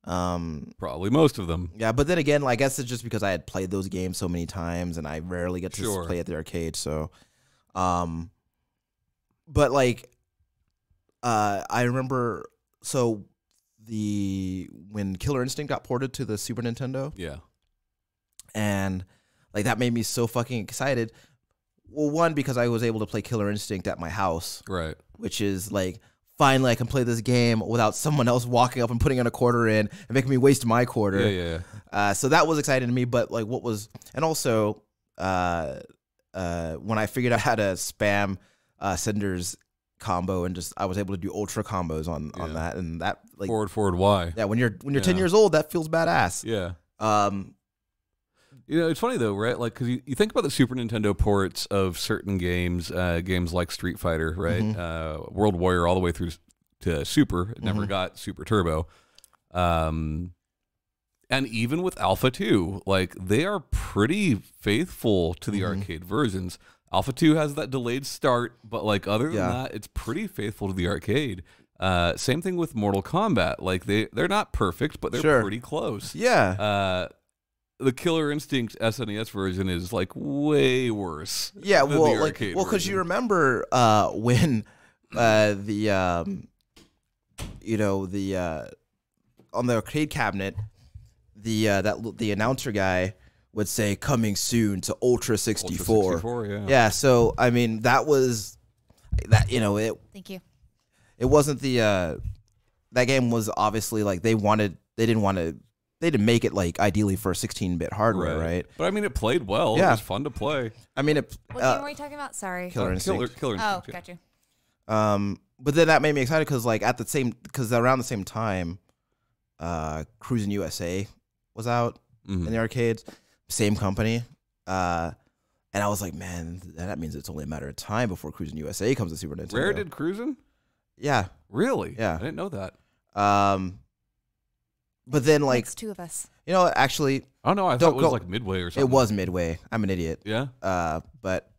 Speaker 2: um
Speaker 1: Probably most of them.
Speaker 2: yeah, but then again, like, I guess it's just because I had played those games so many times and I rarely get to s-
Speaker 1: Sure.
Speaker 2: play at the arcade, so um but like uh I remember so the when Killer Instinct got ported to the Super Nintendo
Speaker 1: Yeah.
Speaker 2: and like that made me so fucking excited. Well, one because I was able to play Killer Instinct at my house,
Speaker 1: Right.
Speaker 2: which is like finally I can play this game without someone else walking up and putting in a quarter in and making me waste my quarter.
Speaker 1: Yeah. Yeah.
Speaker 2: Uh, so that was exciting to me. But like, what was and also uh, uh, when I figured out how to spam uh, Cinder's combo and just I was able to do ultra combos on on
Speaker 1: Yeah.
Speaker 2: that and that like
Speaker 1: forward, forward, why?
Speaker 2: yeah when you're when you're ten
Speaker 1: Yeah.
Speaker 2: years old that feels badass.
Speaker 1: Yeah.
Speaker 2: Um,
Speaker 1: You know, it's funny though, right? Like, because you, you think about the Super Nintendo ports of certain games, uh, games like Street Fighter, right?
Speaker 2: Mm-hmm.
Speaker 1: Uh, World Warrior, all the way through to Super. It never
Speaker 2: Mhm.
Speaker 1: got Super Turbo. Um, and even with Alpha 2, like, they are pretty faithful to the
Speaker 2: Mhm.
Speaker 1: arcade versions. Alpha 2 has that delayed start, but like, other than
Speaker 2: Yeah.
Speaker 1: that, it's pretty faithful to the arcade. Uh, same thing with Mortal Kombat. Like, they, they're not perfect, but they're
Speaker 2: Sure.
Speaker 1: pretty close
Speaker 2: yeah.
Speaker 1: uh, the Killer Instinct SNES version is like way worse.
Speaker 2: yeah
Speaker 1: than the
Speaker 2: well like
Speaker 1: arcade
Speaker 2: well because you
Speaker 1: version.
Speaker 2: remember uh when uh the um you know the uh on the arcade cabinet the uh that l- the announcer guy would say coming soon to ultra 64,
Speaker 1: Ultra 64, yeah.
Speaker 2: yeah so i mean that was that you know it
Speaker 3: Thank you.
Speaker 2: it wasn't the uh that game was obviously like they wanted they didn't want to they didn't make it like ideally for 16-bit hardware right,
Speaker 1: But I mean, it played well. It
Speaker 2: Yeah.
Speaker 1: was fun to play.
Speaker 2: i mean it
Speaker 3: What
Speaker 2: uh,
Speaker 3: game were you talking about? Sorry.
Speaker 2: Killer
Speaker 1: Uh, Killer,
Speaker 2: Instinct.
Speaker 1: Killer
Speaker 3: Oh,
Speaker 1: Instinct. yeah.
Speaker 3: got you.
Speaker 2: Um, but then that made me excited because like at the same because around the same time, uh, Cruising USA was out
Speaker 1: Mhm.
Speaker 2: in the arcades, same company. Uh, and I was like, man, th- that means it's only a matter of time before Cruising USA comes to Super Nintendo.
Speaker 1: Rare did Cruisin'?
Speaker 2: yeah.
Speaker 1: Really?
Speaker 2: Yeah.
Speaker 1: I didn't know that.
Speaker 2: Um, but then like
Speaker 3: It's two of us.
Speaker 2: you know actually
Speaker 1: Oh no, I thought
Speaker 2: Don't
Speaker 1: it was
Speaker 2: go-
Speaker 1: like Midway or something.
Speaker 2: it was Midway. I'm an idiot.
Speaker 1: Yeah.
Speaker 2: Uh, but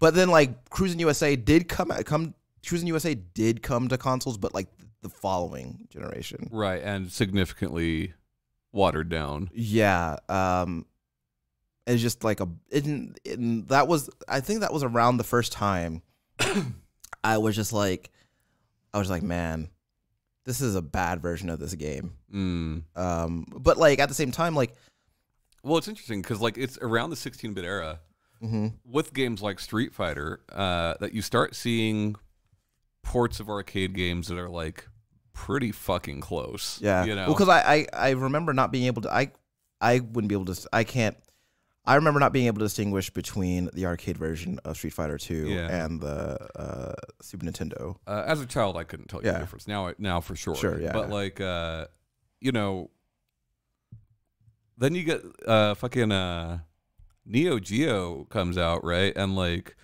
Speaker 2: but then like Cruising USA did come come Cruising USA did come to consoles, but like the following generation.
Speaker 1: Right, and significantly watered down.
Speaker 2: Yeah. Um it's just like a it, it, that was I think that was around the first time I was just like I was like, man, this is a bad version of this game.
Speaker 1: Mm.
Speaker 2: Um but like at the same time like
Speaker 1: Well, it's interesting because like it's around the 16-bit era.
Speaker 2: mhm,
Speaker 1: with games like Street Fighter, uh, that you start seeing ports of arcade games that are like pretty fucking close.
Speaker 2: yeah.
Speaker 1: you know,
Speaker 2: Well, cuz I, I I remember not being able to I I wouldn't be able to s- I can't I remember not being able to distinguish between the arcade version of Street Fighter 2
Speaker 1: Yeah.
Speaker 2: and the uh, Super Nintendo.
Speaker 1: uh, as a child, I couldn't tell you the
Speaker 2: Yeah.
Speaker 1: difference. Now, I, now for sure.
Speaker 2: Sure, yeah.
Speaker 1: But like, uh, you know, then you get uh, fucking uh, Neo Geo comes out, right? And like,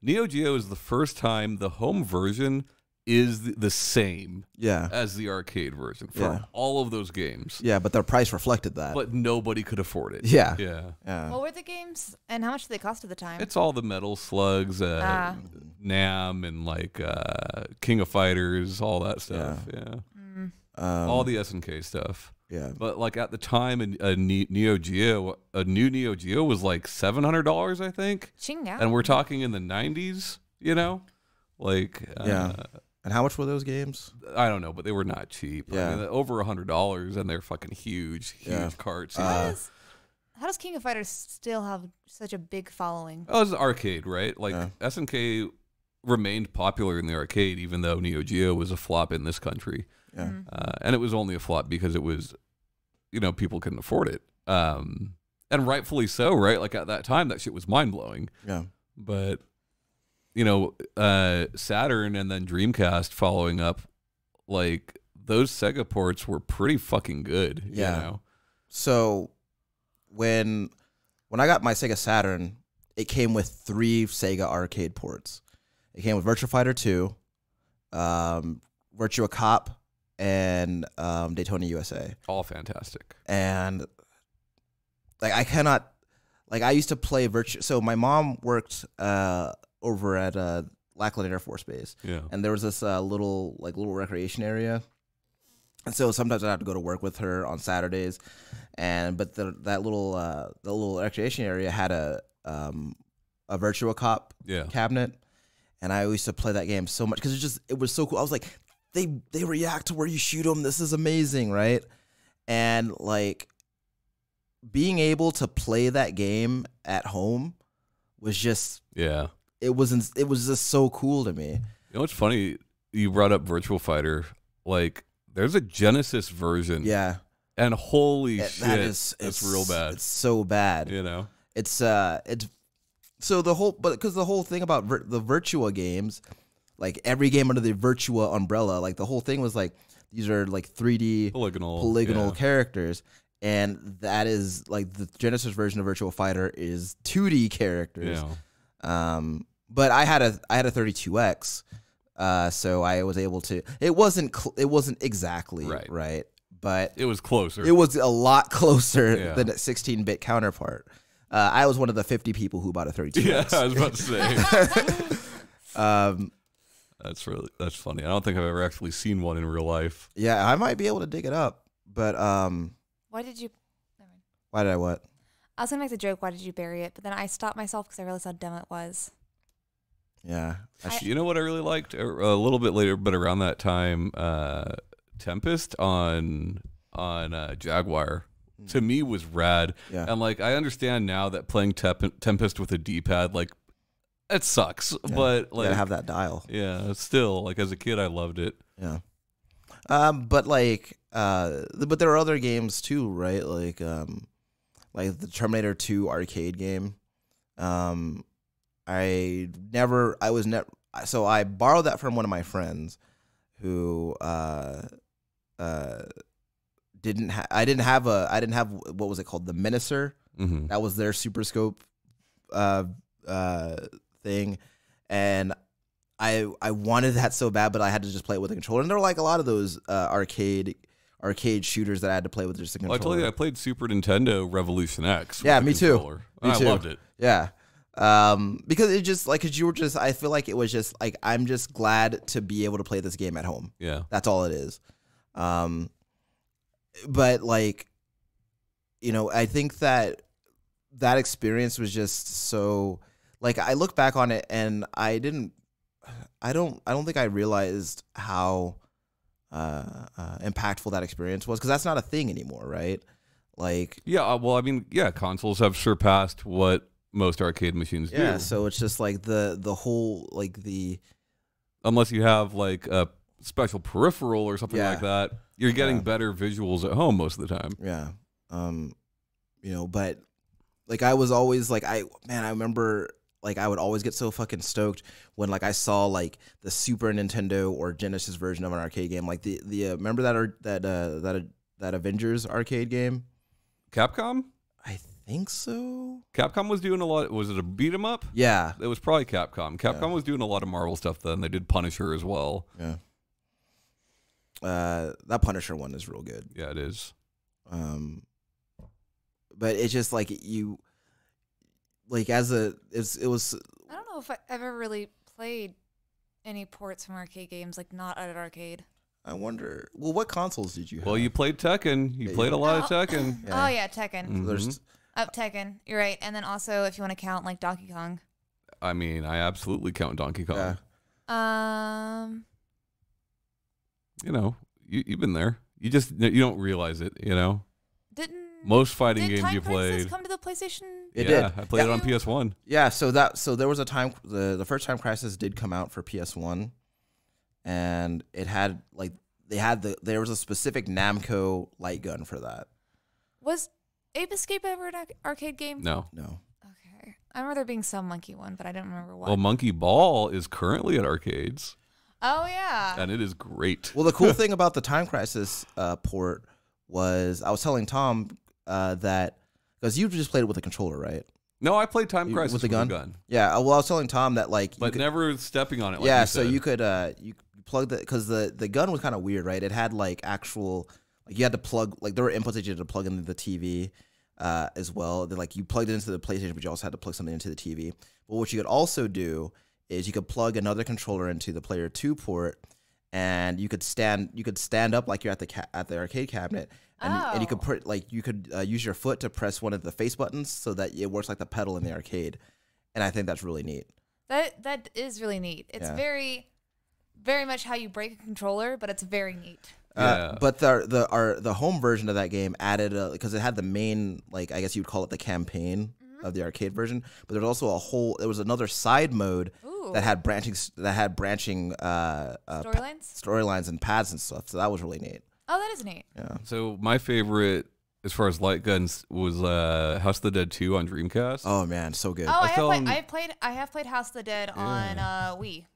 Speaker 1: Neo Geo is the first time the home version is the, the same
Speaker 2: Yeah.
Speaker 1: as the arcade version for
Speaker 2: Yeah.
Speaker 1: all of those games.
Speaker 2: Yeah, but their price reflected that.
Speaker 1: But nobody could afford it.
Speaker 2: yeah.
Speaker 1: Yeah.
Speaker 2: Yeah.
Speaker 3: What were the games and how much did they cost at the time?
Speaker 1: It's all the metal slugs, uh,
Speaker 3: Ah.
Speaker 1: Nam, and like uh, King of Fighters, all that stuff. Yeah,
Speaker 3: Mm.
Speaker 2: Um,
Speaker 1: all the SNK stuff.
Speaker 2: yeah.
Speaker 1: But like at the time, in a Ne- Neo Geo, a new Neo Geo was like seven hundred dollars, I think,
Speaker 3: Chinga.
Speaker 1: and we're talking in the nineties. You know, like uh,
Speaker 2: Yeah. And how much were those games?
Speaker 1: I don't know, but they were not cheap. I
Speaker 2: Yeah.
Speaker 1: mean, over hundred dollars, and they're fucking huge, huge
Speaker 2: Yeah.
Speaker 1: carts. you
Speaker 3: How
Speaker 1: know?
Speaker 2: Uh,
Speaker 3: does how does King of Fighters still have such a big following?
Speaker 1: Oh, it's an arcade, right? Like
Speaker 2: Yeah.
Speaker 1: SNK remained popular in the arcade, even though Neo Geo was a flop in this country,
Speaker 2: Yeah.
Speaker 3: Mhm.
Speaker 1: uh, and it was only a flop because it was, you know, people couldn't afford it, um, and rightfully so, right? Like at that time, that shit was mind blowing,
Speaker 2: Yeah.
Speaker 1: but you know, uh, Saturn and then Dreamcast following up, like those Sega ports were pretty fucking good.
Speaker 2: Yeah.
Speaker 1: You know?
Speaker 2: So when when I got my Sega Saturn, it came with three Sega arcade ports. It came with Virtua Fighter 2, um, Virtua Cop, and um, Daytona USA.
Speaker 1: All fantastic.
Speaker 2: and like I cannot like I used to play virtual. So my mom worked uh over at uh Lackland Air Force Base,
Speaker 1: Yeah.
Speaker 2: and there was this uh, little like little recreation area. And so sometimes I'd have to go to work with her on Saturdays, and but the, that little uh the little recreation area had a um a virtual cop
Speaker 1: Yeah.
Speaker 2: cabinet, and I used to play that game so much because it just it was so cool. I was like, they they react to where you shoot them. This is amazing, right? And like being able to play that game at home was just
Speaker 1: Yeah.
Speaker 2: it was ins- it was just so cool to me.
Speaker 1: You know what's funny? You brought up Virtual Fighter. Like, there's a Genesis version.
Speaker 2: Yeah,
Speaker 1: And holy
Speaker 2: It-
Speaker 1: shit,
Speaker 2: that is
Speaker 1: that's real bad.
Speaker 2: It's so bad.
Speaker 1: you know?
Speaker 2: It's uh, it's so the whole but because the whole thing about vir- the Virtua games, like every game under the Virtua umbrella, like the whole thing was like these are like 3D
Speaker 1: Polygonal.
Speaker 2: polygonal
Speaker 1: yeah.
Speaker 2: characters and that is like the genesis version of virtual fighter is 2d characters
Speaker 1: Yeah.
Speaker 2: um but i had a i had a 32x uh so i was able to it wasn't cl- it wasn't exactly
Speaker 1: Right.
Speaker 2: right, but
Speaker 1: It was closer.
Speaker 2: it was a lot closer
Speaker 1: Yeah.
Speaker 2: than a 16-bit counterpart uh, i was one of the 50 people who bought a 32x
Speaker 1: yeah, I was about to say.
Speaker 2: um
Speaker 1: that's really that's funny. I don't think I've ever actually seen one in real life.
Speaker 2: yeah i might be able to dig it up but um
Speaker 3: Why did you?
Speaker 2: why did i what
Speaker 3: I was gonna make the joke. Why did you bury it? But then I stopped myself because I realized how dumb it was.
Speaker 2: yeah I
Speaker 3: I-
Speaker 1: You know what I really liked a, a little bit later, but around that time, uh, Tempest on on uh, Jaguar
Speaker 2: Mm.
Speaker 1: to me was rad.
Speaker 2: Yeah.
Speaker 1: And like I understand now that playing Tep- Tempest with a D pad like it sucks, but
Speaker 2: gotta
Speaker 1: like
Speaker 2: have that dial
Speaker 1: yeah, still like as a kid I loved it.
Speaker 2: Yeah. Um, but like, uh, th- but there are other games too, right? Like, um, like the Terminator Two arcade game. Um, I never, I was never, so I borrowed that from one of my friends, who, uh, uh, didn't ha- I didn't have a I didn't have what was it called the Menacer
Speaker 1: Mm-hmm.
Speaker 2: that was their super scope uh uh thing and i i wanted that so bad but i had to just play it with a controller and there were like a lot of those uh arcade arcade shooters that i had to play with just a
Speaker 1: Well, Oh, I
Speaker 2: controller
Speaker 1: told you I played Super Nintendo Revolution X. with
Speaker 2: Yeah,
Speaker 1: the
Speaker 2: me too.
Speaker 1: controller, and
Speaker 2: Me
Speaker 1: I
Speaker 2: too.
Speaker 1: loved it.
Speaker 2: yeah um because it just like because you were just i feel like it was just like i'm just glad to be able to play this game at home
Speaker 1: Yeah.
Speaker 2: That's all it is. Um, but like, you know, I think that that experience was just so like I look back on it and I didn't, I don't, I don't think I realized how uh, uh impactful that experience was because that's not a thing anymore, right? Like,
Speaker 1: Yeah, uh, well, I mean, yeah, consoles have surpassed what most arcade machines
Speaker 2: yeah.
Speaker 1: do,
Speaker 2: So it's just like the the whole like the
Speaker 1: unless you have like a special peripheral or something
Speaker 2: Yeah.
Speaker 1: like that. You're getting
Speaker 2: Yeah.
Speaker 1: better visuals at home most of the time.
Speaker 2: Yeah. Um, you know, but like I was always like I man, I remember like I would always get so fucking stoked when like I saw like the Super Nintendo or Genesis version of an arcade game. Like the the uh, remember that ar- that uh, that uh, that Avengers arcade game?
Speaker 1: Capcom,
Speaker 2: I think so.
Speaker 1: Capcom was doing a lot. Was it a beat 'em up?
Speaker 2: Yeah.
Speaker 1: It was probably Capcom. Capcom was doing a lot of Marvel stuff then. They did Punisher as well.
Speaker 2: Yeah. Uh, that Punisher one is real good.
Speaker 1: Yeah, it is.
Speaker 2: um but it's just like you like as a it's it was
Speaker 3: I don't know if I ever really played any ports from arcade games, like not at an arcade.
Speaker 2: i wonder well what consoles did you have
Speaker 1: Well, you played Tekken. You
Speaker 2: Yeah,
Speaker 1: played a lot of
Speaker 3: Oh.
Speaker 1: Tekken.
Speaker 2: Yeah.
Speaker 3: Oh yeah,
Speaker 2: Mm-hmm.
Speaker 3: Tekken.
Speaker 1: Mm.
Speaker 2: there's
Speaker 3: Up Tekken. You're right. And then also, if you want to count like Donkey Kong.
Speaker 1: I mean, I absolutely count Donkey Kong.
Speaker 2: Yeah.
Speaker 3: Um.
Speaker 1: You know, you, you've been there. You just you don't realize it. You know,
Speaker 3: Didn't
Speaker 1: most fighting
Speaker 3: did
Speaker 1: games
Speaker 3: Time
Speaker 1: you
Speaker 3: Princess
Speaker 1: played.
Speaker 3: come to the PlayStation?
Speaker 2: It
Speaker 1: yeah,
Speaker 2: did.
Speaker 1: I played it on
Speaker 3: Yeah.
Speaker 1: PS1.
Speaker 2: yeah so that so there was a time the the first time crisis did come out for ps1 and it had like they had the there was a specific namco light gun for that
Speaker 3: Was Ape Escape ever an arc- arcade game?
Speaker 1: No.
Speaker 2: no
Speaker 3: Okay. I remember there being some monkey one, but I don't remember what.
Speaker 1: Well, Monkey Ball is currently at arcades,
Speaker 3: oh yeah.
Speaker 1: and it is great.
Speaker 2: Well, the cool thing about the Time Crisis uh, port was I was telling Tom uh, that because you just played it with a controller, right?
Speaker 1: No, I played Time
Speaker 2: You-
Speaker 1: Crisis
Speaker 2: with the gun?
Speaker 1: gun,
Speaker 2: Yeah. uh, Well, I was telling Tom that like, you
Speaker 1: but
Speaker 2: could,
Speaker 1: never stepping on it. Like
Speaker 2: yeah.
Speaker 1: you
Speaker 2: so
Speaker 1: said.
Speaker 2: you could uh, you plug the because the the gun was kind of weird, right? It had like actual like you had to plug like there were inputs that you had to plug into the TV uh, as well. That like you plugged it into the PlayStation, but you also had to plug something into the TV. But what you could also do is you could plug another controller into the player two port, and you could stand you could stand up like you're at the ca- at the arcade cabinet, and, and you could
Speaker 3: Oh.
Speaker 2: put like you could uh, use your foot to press one of the face buttons so that it works like the pedal in the arcade. And I think that's really neat.
Speaker 3: That that is really neat. It's
Speaker 2: Yeah.
Speaker 3: very, very much how you break a controller, but it's very neat.
Speaker 2: Uh,
Speaker 1: Yeah.
Speaker 2: But the the our the home version of that game added because it had the main like I guess you'd call it the campaign
Speaker 3: Mm-hmm.
Speaker 2: of the arcade version, but there's also a whole there was another side mode
Speaker 3: Ooh.
Speaker 2: that had branching s- that had branching uh, uh, pa-
Speaker 3: Storylines.
Speaker 2: storylines and paths and stuff. So that was really neat.
Speaker 3: Oh, that is neat.
Speaker 1: So my favorite, as far as light guns, was uh, House of the Dead Two on Dreamcast.
Speaker 2: Oh man, so good.
Speaker 3: Oh, I have,
Speaker 1: fell
Speaker 3: played,
Speaker 1: in-
Speaker 3: I have played. I have played House of the Dead on uh, Wii.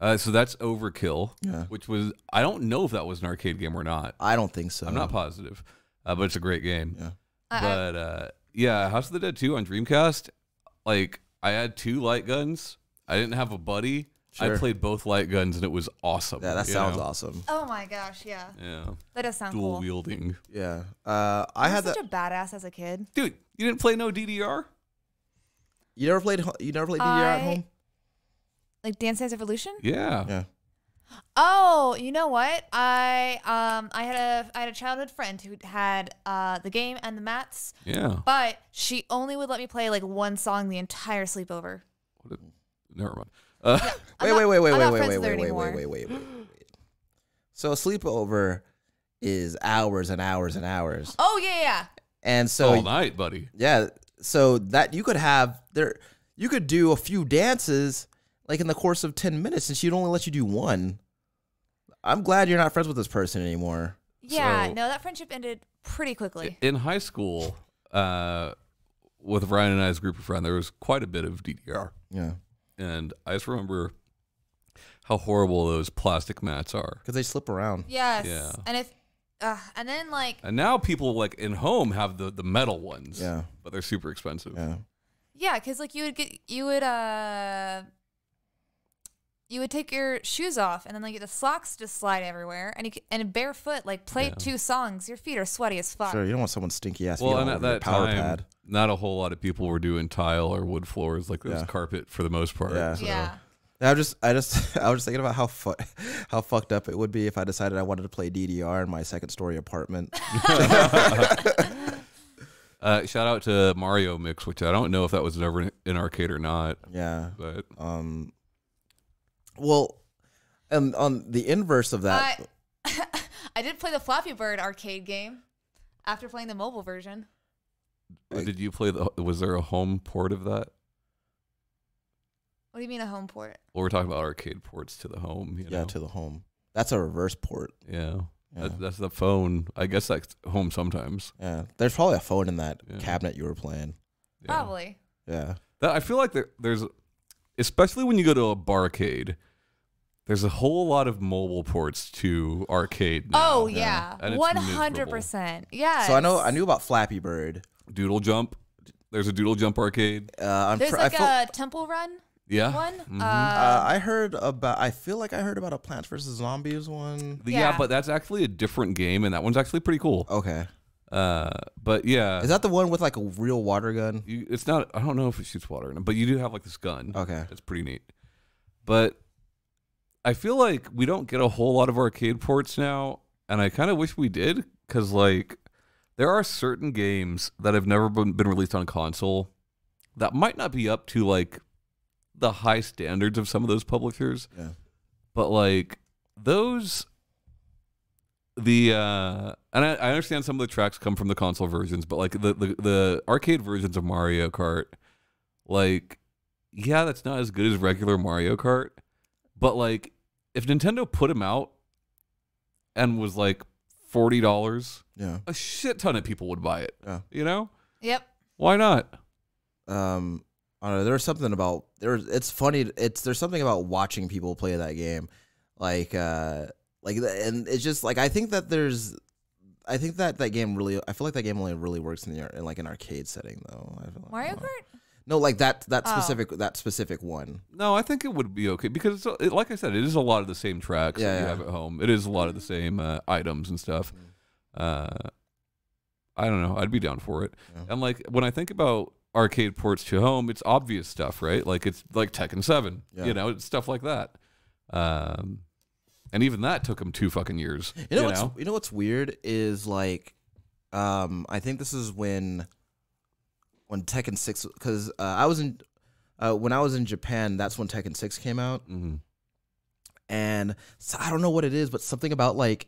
Speaker 1: Uh, so that's Overkill,
Speaker 2: Yeah.
Speaker 1: which was I don't know if that was an arcade game or not.
Speaker 2: I don't think so.
Speaker 1: I'm not positive, uh, but it's a great game.
Speaker 2: Oh. Yeah.
Speaker 3: I- I-
Speaker 1: But uh, yeah, House of the Dead 2 on Dreamcast, like I had two light guns. I didn't have a buddy. I
Speaker 2: Sure.
Speaker 1: played both light guns and it was awesome.
Speaker 2: Yeah, that
Speaker 1: you
Speaker 2: sounds
Speaker 1: know?
Speaker 2: awesome.
Speaker 3: oh my gosh, yeah,
Speaker 1: Yeah.
Speaker 3: that does sound
Speaker 1: Dual
Speaker 3: cool.
Speaker 1: wielding.
Speaker 2: Yeah, uh, I
Speaker 3: I was
Speaker 2: had that.
Speaker 3: such a badass as a kid.
Speaker 1: Dude, you didn't play no DDR?
Speaker 2: you never played. ho- You never played DDR at
Speaker 3: I-
Speaker 2: home.
Speaker 3: Like Dance Dance Revolution.
Speaker 1: Yeah.
Speaker 2: Yeah.
Speaker 3: Oh, you know what? I um I had a I had a childhood friend who had uh the game and the mats,
Speaker 1: Yeah.
Speaker 3: but she only would let me play like one song the entire sleepover.
Speaker 1: What a- never mind. Uh,
Speaker 3: I'm
Speaker 2: Wait,
Speaker 3: not-
Speaker 2: wait, wait, wait,
Speaker 3: I'm
Speaker 2: wait,
Speaker 3: not
Speaker 2: wait,
Speaker 3: friends
Speaker 2: wait,
Speaker 3: with her
Speaker 2: wait, wait,
Speaker 3: anymore.
Speaker 2: wait, wait, wait, wait. So a sleepover is hours and hours and hours,
Speaker 3: Oh yeah, yeah.
Speaker 2: and
Speaker 1: all
Speaker 2: so
Speaker 1: night, buddy.
Speaker 2: yeah, so that you could have there, you could do a few dances like in the course of ten minutes, and she'd only let you do one. I'm glad you're not friends with this person anymore.
Speaker 3: Yeah,
Speaker 1: So-
Speaker 3: no, that friendship ended pretty quickly.
Speaker 1: In high school, uh, with Ryan and I's group of friends, there was quite a bit of DDR.
Speaker 2: Yeah,
Speaker 1: And I just remember how horrible those plastic mats are.
Speaker 2: because they slip around.
Speaker 3: Yes.
Speaker 1: Yeah.
Speaker 3: And if, uh, and then like,
Speaker 1: And now people like in home have the the metal ones.
Speaker 2: Yeah.
Speaker 1: But they're super expensive.
Speaker 2: Yeah,
Speaker 3: yeah, because like you would get, you would, uh, you would take your shoes off, and then like the socks just slide everywhere, and you c- and barefoot like play
Speaker 1: Yeah.
Speaker 3: two songs. Your feet are sweaty as fuck.
Speaker 2: sure. You don't want someone's stinky ass
Speaker 1: Well,
Speaker 2: feet
Speaker 1: and at
Speaker 2: all over your
Speaker 1: that
Speaker 2: power
Speaker 1: time,
Speaker 2: pad.
Speaker 1: not a whole lot of people were doing tile or wood floors. Like there was
Speaker 2: Yeah.
Speaker 1: carpet for the most part.
Speaker 2: Yeah.
Speaker 1: so-
Speaker 3: Yeah.
Speaker 2: I just, I just, I was just thinking about how fu- how fucked up it would be if I decided I wanted to play DDR in my second story apartment.
Speaker 1: Uh, shout out to Mario Mix, which I don't know if that was ever in arcade or not,
Speaker 2: yeah.
Speaker 1: but
Speaker 2: Um. Well, and on the inverse of that,
Speaker 3: I, I did play the Flappy Bird arcade game after playing the mobile version.
Speaker 2: Like-
Speaker 1: did you play the? Was there a home port of that?
Speaker 3: What do you mean a home port?
Speaker 1: Well, we're talking about arcade ports to the home. You
Speaker 2: yeah,
Speaker 1: know?
Speaker 2: to the home. That's a reverse port.
Speaker 1: yeah.
Speaker 2: Yeah.
Speaker 1: That, that's the phone. I guess that's home sometimes.
Speaker 2: yeah. There's probably a phone in that
Speaker 1: Yeah.
Speaker 2: cabinet you were playing.
Speaker 1: Yeah.
Speaker 3: Probably.
Speaker 2: Yeah.
Speaker 1: That I feel like there, there's, especially when you go to a barcade, there's a whole lot of mobile ports to arcade. Now.
Speaker 3: Oh
Speaker 2: yeah.
Speaker 3: yeah,
Speaker 1: And it's
Speaker 3: one hundred percent. Yeah.
Speaker 2: So I know I knew about Flappy Bird.
Speaker 3: Oh.
Speaker 1: Doodle Jump. There's a Doodle Jump arcade.
Speaker 2: Uh, I'm
Speaker 3: There's
Speaker 2: pr-
Speaker 3: like
Speaker 2: I feel-
Speaker 3: a Temple Run
Speaker 1: Yeah.
Speaker 3: one.
Speaker 1: Mhm.
Speaker 3: Uh,
Speaker 2: uh, I heard about. I feel like I heard about a Plants vs Zombies one.
Speaker 1: yeah.
Speaker 3: yeah.
Speaker 1: but that's actually a different game, and that one's actually pretty cool.
Speaker 2: Okay.
Speaker 1: Uh, but yeah,
Speaker 2: Is that the one with like a real water gun?
Speaker 1: you, it's not. I don't know if it shoots water, in it, but you do have like this gun.
Speaker 2: Okay.
Speaker 1: That's pretty neat. But I feel like we don't get a whole lot of arcade ports now, and I kind of wish we did because like there are certain games that have never been, been released on console that might not be up to like the high standards of some of those publishers.
Speaker 2: Yeah.
Speaker 1: But like those the uh and I, I understand some of the tracks come from the console versions, but like the, the the arcade versions of Mario Kart, like yeah, that's not as good as regular Mario Kart, but like if Nintendo put them out and was like forty dollars,
Speaker 2: Yeah.
Speaker 1: a shit ton of people would buy it.
Speaker 2: Yeah.
Speaker 1: You know?
Speaker 3: yep.
Speaker 1: Why not?
Speaker 2: um I don't know, there's something about there's it's funny it's there's something about watching people play that game. Like uh like the- and it's just like I think that there's I think that that game really I feel like that game only really works in the ar- in like an arcade setting though. I feel like,
Speaker 3: Mario
Speaker 2: I don't know.
Speaker 3: Kart.
Speaker 2: No, like that that
Speaker 3: Oh.
Speaker 2: specific that specific one.
Speaker 1: No, I think it would be okay because, it's, it, like I said, it is a lot of the same tracks that
Speaker 2: Yeah,
Speaker 1: you
Speaker 2: yeah.
Speaker 1: have at home. It is a lot of the same uh, items and stuff. Uh, I don't know. I'd be down for it.
Speaker 2: Mm-hmm. Yeah.
Speaker 1: And like when I think about arcade ports to home, it's obvious stuff, right? Like it's like Tekken Seven,
Speaker 2: Yeah.
Speaker 1: you know, it's stuff like that. Um, and even that took them two fucking years.
Speaker 2: You know, what's, you know what's weird is like, um, I think this is when, when Tekken Six, because uh, I was in, uh, when I was in Japan, that's when Tekken Six came out,
Speaker 1: Mhm.
Speaker 2: and so I don't know what it is, but something about like,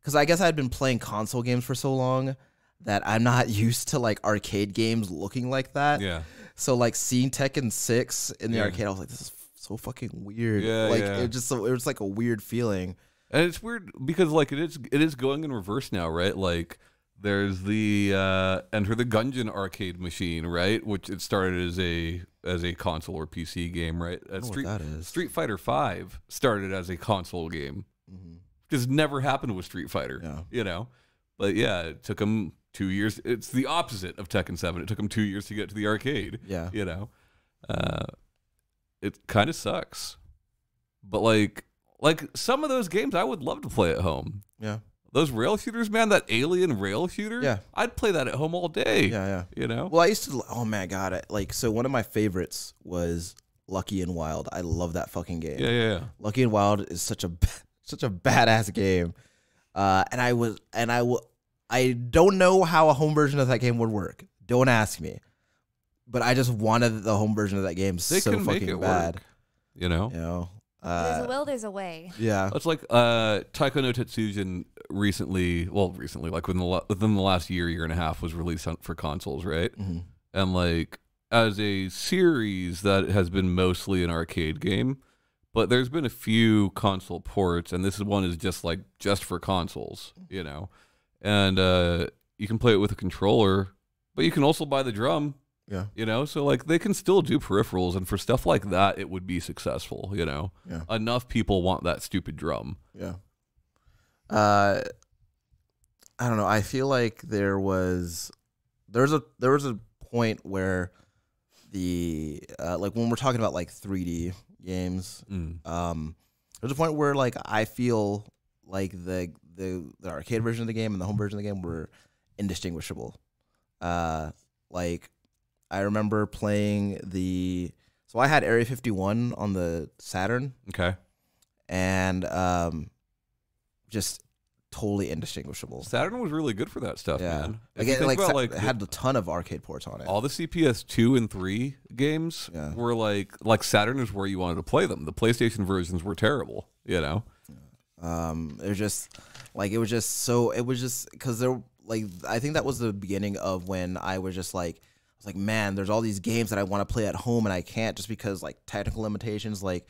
Speaker 2: because I guess I had been playing console games for so long that I'm not used to like arcade games looking like that.
Speaker 1: Yeah.
Speaker 2: So like seeing Tekken Six in the
Speaker 1: Yeah.
Speaker 2: arcade, I was like, this is f- so fucking weird.
Speaker 1: Yeah,
Speaker 2: like
Speaker 1: yeah.
Speaker 2: it just so it was like a weird feeling.
Speaker 1: And it's weird because like it is it is going in reverse now, right? Like there's the uh Enter the Gungeon arcade machine, right? Which it started as a as a console or PC game, right? Uh,
Speaker 2: know what
Speaker 1: Street
Speaker 2: Oh, that is.
Speaker 1: Street Fighter 5 started as a console game. Just never happened with Street Fighter,
Speaker 2: Mm-hmm. Yeah.
Speaker 1: you know. But yeah, it took them 2 years. It's the opposite of Tekken 7. It took them 2 years to get to the arcade
Speaker 2: Yeah.
Speaker 1: you know uh it kind of sucks but like like some of those games i would love to play at home
Speaker 2: Yeah.
Speaker 1: those rail shooters man that alien rail shooter
Speaker 2: Yeah.
Speaker 1: i'd play that at home all day
Speaker 2: Yeah. Yeah.
Speaker 1: you know
Speaker 2: Well, I used to. Oh my god! I, like so, one of my favorites was Lucky and Wild. I love that fucking game.
Speaker 1: yeah yeah yeah
Speaker 2: Lucky and Wild is such a such a badass game, uh, and I was and I will. I don't know how a home version of that game would work. Don't ask me. But I just wanted the home version of that game
Speaker 1: they
Speaker 2: so
Speaker 1: can make
Speaker 2: fucking
Speaker 1: it
Speaker 2: bad.
Speaker 1: work you know
Speaker 2: You know.
Speaker 3: there's a
Speaker 2: Uh,
Speaker 3: will, there's a way.
Speaker 2: yeah.
Speaker 1: It's like uh, Taiko no Tetsujin recently, well, recently, like within the, la- within the last year, year and a half, was released on, for consoles, right?
Speaker 2: Mhm.
Speaker 1: And like as a series that has been mostly an arcade game, but there's been a few console ports, and this one is just like just for consoles, you know. And uh, you can play it with a controller, but you can also buy the drum,
Speaker 2: Yeah.
Speaker 1: you know. So like they can still do peripherals, and for stuff like that, it would be successful, you know.
Speaker 2: Yeah.
Speaker 1: Enough people want that stupid drum.
Speaker 2: Yeah. Uh, I don't know. I feel like there was there's a there was a point where the uh, like when we're talking about like 3D games,
Speaker 1: Mm,
Speaker 2: um, there's a point where like I feel like the the the arcade version of the game and the home version of the game were indistinguishable. Uh, like I remember playing the so I had Area 51 on the Saturn
Speaker 1: Okay.
Speaker 2: and um, just totally indistinguishable.
Speaker 1: Saturn was really good for that stuff,
Speaker 2: Yeah,
Speaker 1: man. If
Speaker 2: like,
Speaker 1: you
Speaker 2: it,
Speaker 1: think
Speaker 2: like,
Speaker 1: about,
Speaker 2: sa-
Speaker 1: like,
Speaker 2: it had a ton of arcade ports on it.
Speaker 1: all the CPS two and three games
Speaker 2: Yeah.
Speaker 1: were like like Saturn is where you wanted to play them. The PlayStation versions were terrible, you know.
Speaker 2: Um, it was just like it was just so it was just because there like I think that was the beginning of when I was just like I was like man, there's all these games that I want to play at home and I can't just because like technical limitations like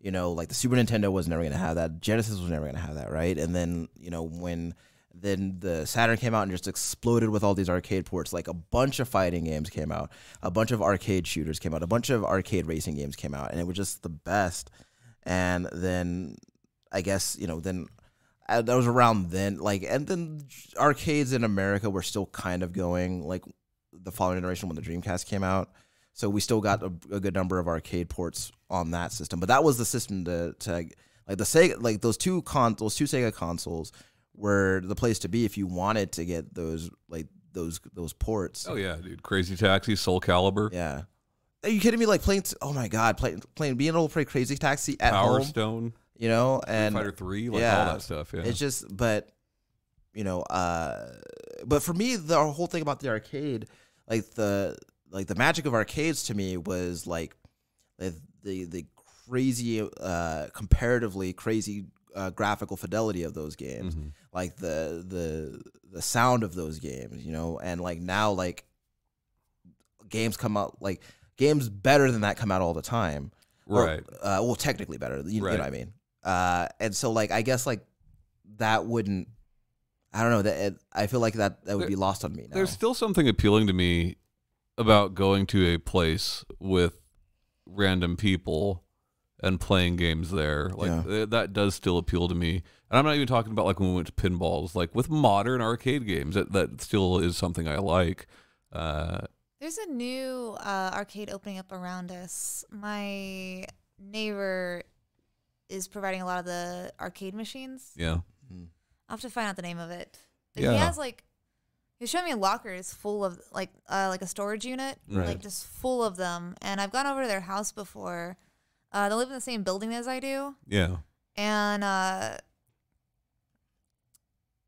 Speaker 2: you know like the Super Nintendo was never gonna have that, Genesis was never gonna have that, right? And then you know when then the Saturn came out and just exploded with all these arcade ports. Like a bunch of fighting games came out, a bunch of arcade shooters came out, a bunch of arcade racing games came out, and it was just the best. And then I guess you know then uh, that was around then like and then arcades in America were still kind of going like the following generation when the Dreamcast came out so we still got a, a good number of arcade ports on that system but that was the system to, to like the Sega like those two con those two Sega consoles were the place to be if you wanted to get those like those those ports
Speaker 1: Oh yeah, dude. Crazy Taxi, Soul Calibur,
Speaker 2: yeah are you kidding me like playing oh my god playing playing being able to play Crazy Taxi at
Speaker 1: Power
Speaker 2: home
Speaker 1: Stone,
Speaker 2: you know
Speaker 1: Street
Speaker 2: and
Speaker 1: Fighter Three, like all
Speaker 2: yeah.
Speaker 1: that stuff. Yeah.
Speaker 2: It's just, but you know, uh, but for me, the whole thing about the arcade, like the like the magic of arcades to me was like the the, the crazy, uh, comparatively crazy uh, graphical fidelity of those games,
Speaker 1: Mhm.
Speaker 2: like the the the sound of those games, you know, and like now like games come out like games better than that come out all the time. Or,
Speaker 1: Right.
Speaker 2: uh, well, technically better. You, you know
Speaker 1: Right.
Speaker 2: what I mean? Uh, and so, like, I guess, like, that wouldn't. I don't know. That it, I feel like that that would
Speaker 1: There-
Speaker 2: be lost on me now.
Speaker 1: There's still something appealing to me about going to a place with random people and playing games there. Like
Speaker 2: Yeah.
Speaker 1: th- that does still appeal to me. And I'm not even talking about like when we went to pinballs. Like with modern arcade games, that, that still is something I like. Uh,
Speaker 3: There's a new uh, arcade opening up around us. My neighbor is providing a lot of the arcade machines.
Speaker 1: Yeah.
Speaker 3: I'll have to find out the name of it. But He
Speaker 1: Yeah.
Speaker 3: has like he was showing me lockers full of like uh, like a storage unit,
Speaker 1: Right.
Speaker 3: like just full of them. And I've gone over to their house before. Uh, they live in the same building as I do,
Speaker 1: Yeah.
Speaker 3: and uh,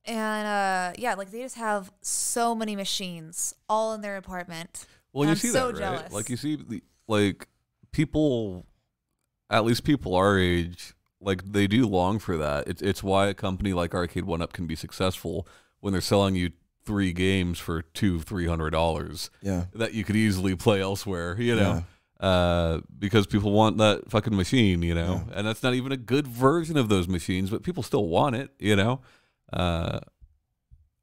Speaker 3: and uh, yeah, like they just have so many machines all in their apartment.
Speaker 1: Well, you
Speaker 3: I'm
Speaker 1: see
Speaker 3: so
Speaker 1: that, right?
Speaker 3: jealous.
Speaker 1: Like you see, the, like people, at least people our age, like they do long for that. It's it's why a company like Arcade One Up can be successful when they're selling you three games for two three hundred dollars
Speaker 2: Yeah.
Speaker 1: that you could easily play elsewhere. You know. Uh, because people want that fucking machine, you know, and that's not even a good version of those machines, but people still want it, you know. Uh,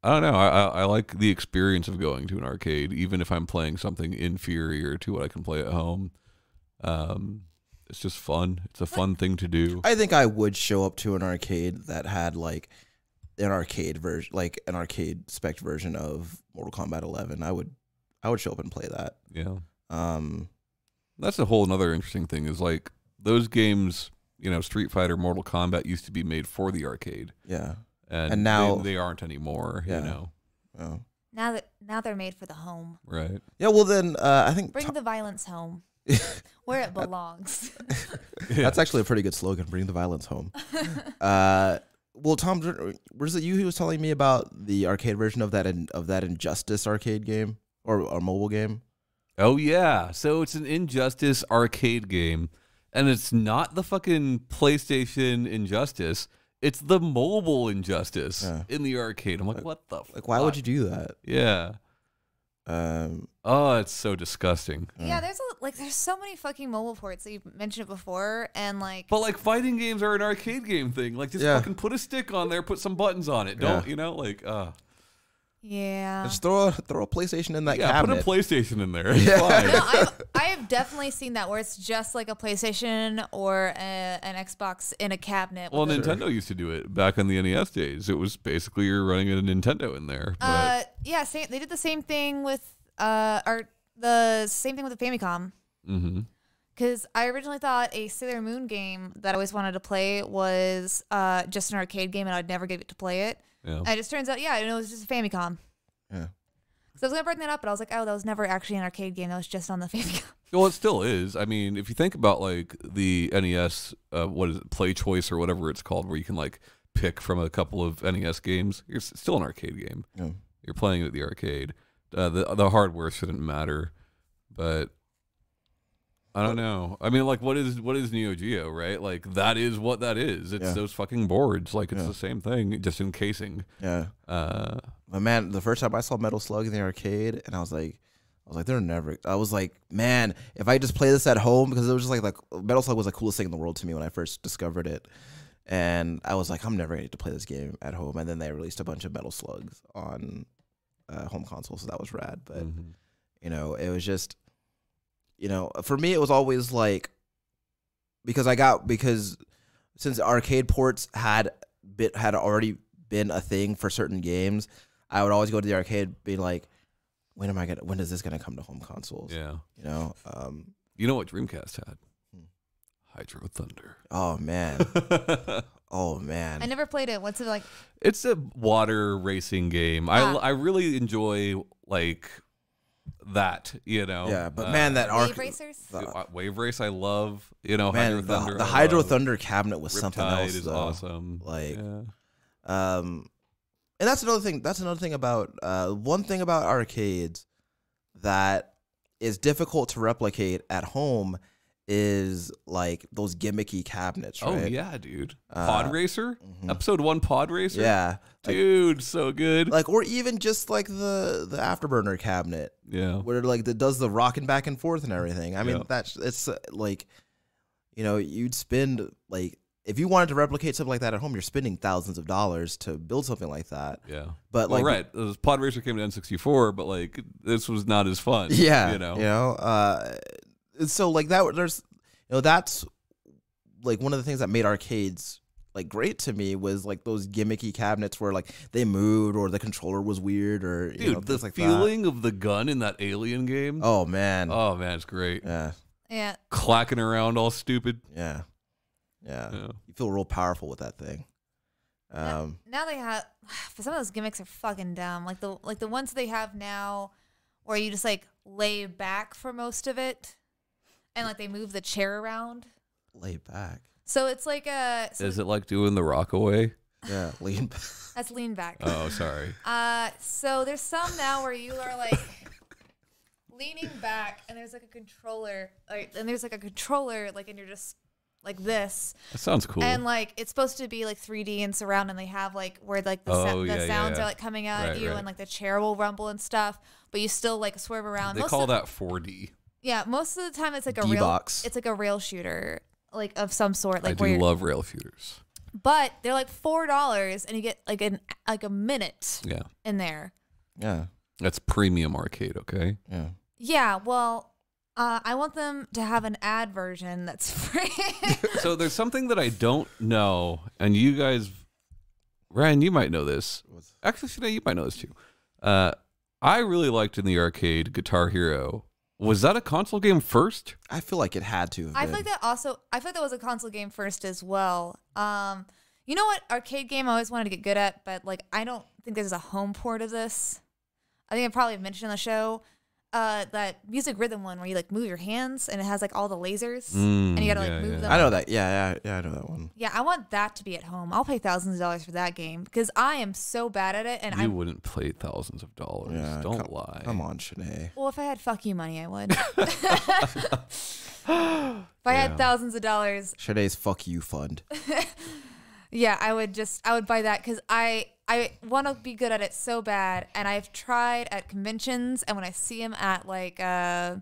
Speaker 1: I don't know. I, I, I like the experience of going to an arcade, even if I'm playing something inferior to what I can play at home. Um, it's just fun. It's a fun thing to do.
Speaker 2: I think I would show up to an arcade that had like an arcade version, like an arcade spec version of Mortal Kombat 11. I would, I would show up and play that.
Speaker 1: Yeah.
Speaker 2: Um,
Speaker 1: That's a whole another interesting thing is like those games, you know, Street Fighter, Mortal Kombat used to be made for the arcade,
Speaker 2: yeah.
Speaker 1: and,
Speaker 2: And now-
Speaker 1: they, they aren't anymore.
Speaker 2: Yeah.
Speaker 1: You know,
Speaker 2: Oh.
Speaker 3: Now that now they're made for the home.
Speaker 1: right?
Speaker 2: Yeah. Well, then uh, I think
Speaker 3: Bring
Speaker 2: Tom-
Speaker 3: the violence home, where it belongs.
Speaker 2: that's actually a pretty good slogan. Bring the violence home. uh, well, Tom, dr- was it you who was telling me about the arcade version of that in, of that Injustice arcade game or, or mobile game?
Speaker 1: Oh yeah, so it's an Injustice arcade game, and it's not the fucking PlayStation Injustice. It's the mobile Injustice
Speaker 2: Yeah.
Speaker 1: in the arcade. I'm like, what the?
Speaker 2: Like, why would you do that?
Speaker 1: Yeah.
Speaker 2: Um,
Speaker 1: Oh, it's so disgusting.
Speaker 3: yeah, there's a, like there's so many fucking mobile ports that you mentioned it before, and like
Speaker 1: But like fighting games are an arcade game thing. Like just
Speaker 2: Yeah.
Speaker 1: fucking put a stick on there, put some buttons on it. Don't you know? Like uh
Speaker 3: yeah.
Speaker 2: just throw a, throw a PlayStation in that
Speaker 1: yeah,
Speaker 2: cabinet.
Speaker 1: put a PlayStation in there. It's
Speaker 3: No,
Speaker 1: fine.
Speaker 3: I've, I have definitely seen that where it's just like a PlayStation or a, an Xbox in a cabinet.
Speaker 1: Well,
Speaker 3: with a-
Speaker 1: Nintendo used to do it back in the NES days. It was basically you're running a Nintendo in there. But
Speaker 3: uh, yeah, same, they did the same thing with uh, or the same thing with the Famicom.
Speaker 1: hmm
Speaker 3: Because I originally thought a Sailor Moon game that I always wanted to play was uh, just an arcade game, and I'd never get to play it.
Speaker 1: yeah.
Speaker 3: And it just turns out, yeah, it was just a Famicom.
Speaker 2: Yeah.
Speaker 3: So I was gonna bring that up, but I was like, oh, that was never actually an arcade game. That was just on the Famicom.
Speaker 1: Well, it still is. I mean, if you think about like the NES, uh, what is it, Play Choice or whatever it's called, where you can like pick from a couple of NES games, it's still an arcade game.
Speaker 2: Yeah.
Speaker 1: You're playing it at the arcade. Uh, the the hardware shouldn't matter, but I don't know. I mean, like, what is what is Neo Geo, right? Like, that is what that is. It's
Speaker 2: Yeah.
Speaker 1: those fucking boards. Like, it's
Speaker 2: Yeah.
Speaker 1: the same thing, just in casing.
Speaker 2: yeah.
Speaker 1: Uh,
Speaker 2: But man, the first time I saw Metal Slug in the arcade, and I was like, I was like, they're never. I was like, man, if I just play this at home, because it was just like, like Metal Slug was the coolest thing in the world to me when I first discovered it, and I was like, I'm never gonna get to play this game at home. And then they released a bunch of Metal Slugs on uh, home console, so that was rad. But
Speaker 1: mhm.
Speaker 2: you know it was just you know for me it was always like because i got because since arcade ports had bit had already been a thing for certain games i would always go to the arcade be like when am i gonna when is this gonna come to home consoles
Speaker 1: yeah.
Speaker 2: you know um
Speaker 1: You know what Dreamcast had?
Speaker 2: Hmm.
Speaker 1: Hydro Thunder.
Speaker 2: oh man oh man
Speaker 3: I never played it. What's it like?
Speaker 1: It's a water racing game.
Speaker 3: Ah.
Speaker 1: I I really enjoy like that, you know.
Speaker 2: yeah but
Speaker 1: Uh,
Speaker 2: man that
Speaker 3: Wave
Speaker 2: arc
Speaker 3: racers?
Speaker 2: the,
Speaker 1: uh, wave race I love, you know,
Speaker 2: man
Speaker 1: Hydro
Speaker 2: the,
Speaker 1: Thunder.
Speaker 2: the
Speaker 1: I
Speaker 2: hydro
Speaker 1: love.
Speaker 2: thunder cabinet was something
Speaker 1: Riptide
Speaker 2: else
Speaker 1: is
Speaker 2: though.
Speaker 1: awesome.
Speaker 2: like
Speaker 1: yeah.
Speaker 2: Um, and that's another thing. That's another thing about uh, one thing about arcades that is difficult to replicate at home is like those gimmicky cabinets, right?
Speaker 1: Oh yeah, dude.
Speaker 2: Uh,
Speaker 1: Pod Racer? Episode 1 Pod Racer?
Speaker 2: yeah. Like,
Speaker 1: Dude, so good.
Speaker 2: like, or even just like the the afterburner cabinet
Speaker 1: yeah.
Speaker 2: where like it does the rocking back and forth and everything. I mean,
Speaker 1: Yeah.
Speaker 2: that's it's uh, like, you know, you'd spend like if you wanted to replicate something like that at home, you're spending thousands of dollars to build something like that.
Speaker 1: Yeah.
Speaker 2: But
Speaker 1: Well,
Speaker 2: like,
Speaker 1: right. It was- Pod Racer came to N64, but like this was not as fun.
Speaker 2: Yeah,
Speaker 1: You know.
Speaker 2: you know. Uh, so like that, there's, you know, that's like one of the things that made arcades like great to me was like those gimmicky cabinets where like they moved or the controller was weird or you
Speaker 1: Dude,
Speaker 2: know,
Speaker 1: the
Speaker 2: things like
Speaker 1: feeling of the gun in that alien game.
Speaker 2: That.
Speaker 1: Oh,
Speaker 2: Oh man.
Speaker 1: man, it's great.
Speaker 2: Yeah.
Speaker 3: Yeah.
Speaker 1: Clacking around all stupid.
Speaker 2: Yeah. Yeah.
Speaker 1: Yeah.
Speaker 2: You feel real powerful with that thing.
Speaker 3: Yeah.
Speaker 2: Um.
Speaker 3: Now they have but some of those gimmicks are fucking dumb. Like the like the ones they have now where you just like lay back for most of it and like they move the chair around.
Speaker 2: Lay back.
Speaker 3: So it's like a so
Speaker 1: Is it like doing the Rockaway?
Speaker 2: Yeah. Lean back.
Speaker 3: that's lean back.
Speaker 1: Oh, sorry.
Speaker 3: Uh, so there's some now where you are like leaning back, and there's like a controller, like, and there's like a controller, like, and you're just like this,
Speaker 1: That sounds cool.
Speaker 3: and like it's supposed to be like 3D and surround, and they have like where like the, sa-
Speaker 1: Oh,
Speaker 3: the
Speaker 1: yeah, yeah,
Speaker 3: sounds
Speaker 1: yeah.
Speaker 3: are like coming out
Speaker 1: Right,
Speaker 3: at you,
Speaker 1: right.
Speaker 3: and like the chair will rumble and stuff, but you still like swerve around.
Speaker 1: they
Speaker 3: Most
Speaker 1: call
Speaker 3: of-
Speaker 1: that 4D.
Speaker 3: yeah. Most of the time, it's like a
Speaker 2: D-box.
Speaker 3: real, it's like a rail shooter, like of some sort, like
Speaker 1: I
Speaker 3: where
Speaker 1: do
Speaker 3: you're-
Speaker 1: love rail shooters.
Speaker 3: but they're like four dollars, and you get like an like a minute
Speaker 1: Yeah.
Speaker 3: in there.
Speaker 2: Yeah.
Speaker 1: That's premium arcade, okay?
Speaker 2: Yeah.
Speaker 3: Yeah, well, uh, I want them to have an ad version that's free.
Speaker 1: so there's something that I don't know, and you guys, Ryan, you might know this. Actually, Shanae, you might know this too. Uh, I really liked in the arcade Guitar Hero. Was that a console game first?
Speaker 2: I feel like it had to. Have
Speaker 3: I
Speaker 2: been.
Speaker 3: feel like that also. I feel like that was a console game first as well. Um, you know what arcade game I always wanted to get good at, but like I don't think there's a home port of this. I think I probably mentioned on the show uh, that music rhythm one where you like move your hands and it has like all the lasers and you gotta like
Speaker 1: Mm, yeah,
Speaker 3: move
Speaker 1: yeah.
Speaker 3: them.
Speaker 2: I know that. Yeah. Yeah. Yeah. I know that one.
Speaker 3: yeah, I want that to be at home. I'll pay thousands of dollars for that game because I am so bad at it, and
Speaker 1: you
Speaker 3: I'm
Speaker 1: wouldn't play thousands of dollars.
Speaker 2: Yeah,
Speaker 1: don't
Speaker 2: come-
Speaker 1: lie.
Speaker 2: Come on, Shanae.
Speaker 3: Well, if I had fuck you money, I would. if I
Speaker 1: Yeah.
Speaker 3: had thousands of dollars,
Speaker 2: Shanae's fuck you fund.
Speaker 3: yeah, I would just I would buy that because I I want to be good at it so bad, and I've tried at conventions, and when I see them at like uh,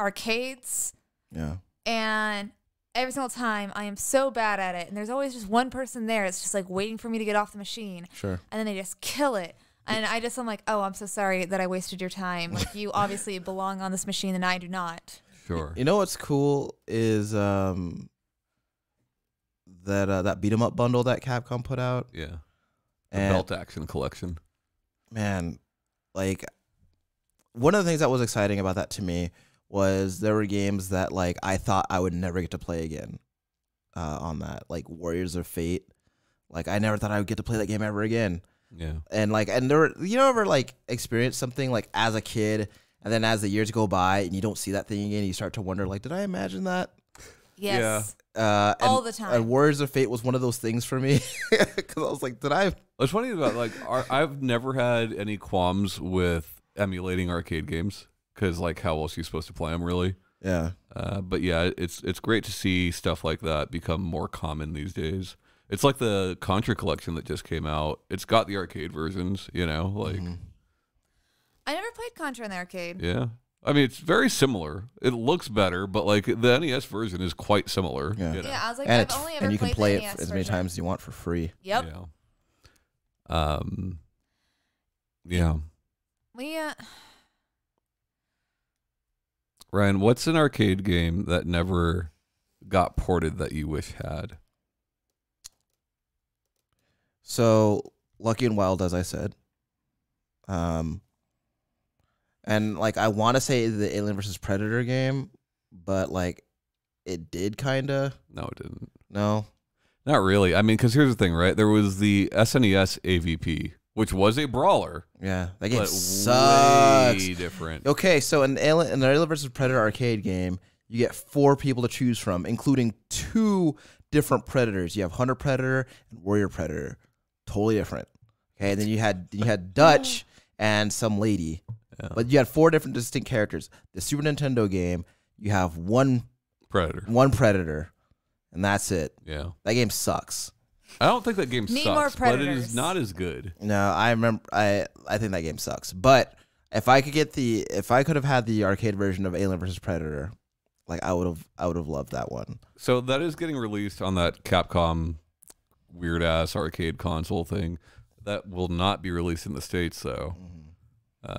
Speaker 3: arcades,
Speaker 2: Yeah.
Speaker 3: and every single time I am so bad at it, and there's always just one person there. It's just like waiting for me to get off the machine,
Speaker 2: Sure.
Speaker 3: and then they just kill it. And I just am like, oh, I'm so sorry that I wasted your time. Like you obviously belong on this machine, and I do not.
Speaker 1: Sure.
Speaker 2: You know what's cool is um that uh, that beat 'em up bundle that Capcom put out.
Speaker 1: yeah. The
Speaker 2: And
Speaker 1: Belt Action Collection.
Speaker 2: man, like one of the things that was exciting about that to me was there were games that like I thought I would never get to play again uh, on that, like Warriors of Fate. Like I never thought I would get to play that game ever again.
Speaker 1: Yeah.
Speaker 2: and like and there you know ever like experience something like as a kid and then as the years go by and you don't see that thing again you start to wonder like did i imagine that
Speaker 3: Yes.
Speaker 1: Yeah.
Speaker 2: uh and,
Speaker 3: All the time.
Speaker 2: and warriors of fate was one of those things for me because i was like did i
Speaker 1: What's funny about like ar- I've never had any qualms with emulating arcade games because like how else are you supposed to play them really?
Speaker 2: yeah
Speaker 1: Uh, but yeah, it's it's great to see stuff like that become more common these days. It's like the Contra collection that just came out. It's got the arcade versions, you know, like
Speaker 3: I never played Contra in the arcade.
Speaker 1: yeah. I mean, it's very similar. It looks better, but like the NES version is quite similar.
Speaker 2: Yeah.
Speaker 1: you know?
Speaker 3: Yeah, I was like,
Speaker 2: and
Speaker 3: I've
Speaker 2: it's
Speaker 3: only ever
Speaker 2: and you
Speaker 3: played
Speaker 2: can play it
Speaker 3: the NES
Speaker 2: f- as many
Speaker 3: version.
Speaker 2: times as you want for free
Speaker 3: Yep.
Speaker 1: Yeah. Um. Yeah,
Speaker 3: We uh,
Speaker 1: Ryan, what's an arcade game that never got ported that you wish had?
Speaker 2: so lucky and wild as i said um and like i want to say the alien versus predator game but like it did kinda
Speaker 1: No, it didn't.
Speaker 2: no
Speaker 1: Not really. I mean, because here's the thing, right? There was the E SNES AVP, which was a brawler,
Speaker 2: yeah that game
Speaker 1: but
Speaker 2: sucks
Speaker 1: way different.
Speaker 2: Okay, so in Alien, in the Alien vs Predator arcade game, you get four people to choose from, including two different predators. You have Hunter Predator and Warrior Predator, totally different. Okay, and then you had you had Dutch and some lady, but you had four different distinct characters. The Super Nintendo game, you have one
Speaker 1: Predator.
Speaker 2: one predator, and that's it.
Speaker 1: Yeah,
Speaker 2: That game sucks.
Speaker 1: I don't think that game
Speaker 3: Need more
Speaker 1: sucks, but it is
Speaker 3: predators.
Speaker 1: not as good.
Speaker 2: No, I remember. I I think that game sucks. But if I could get the, if I could have had the arcade version of Alien vs Predator, like I would have, I would have loved that one.
Speaker 1: So that is getting released on that Capcom weird ass arcade console thing. That will not be released in the states, though, Uh,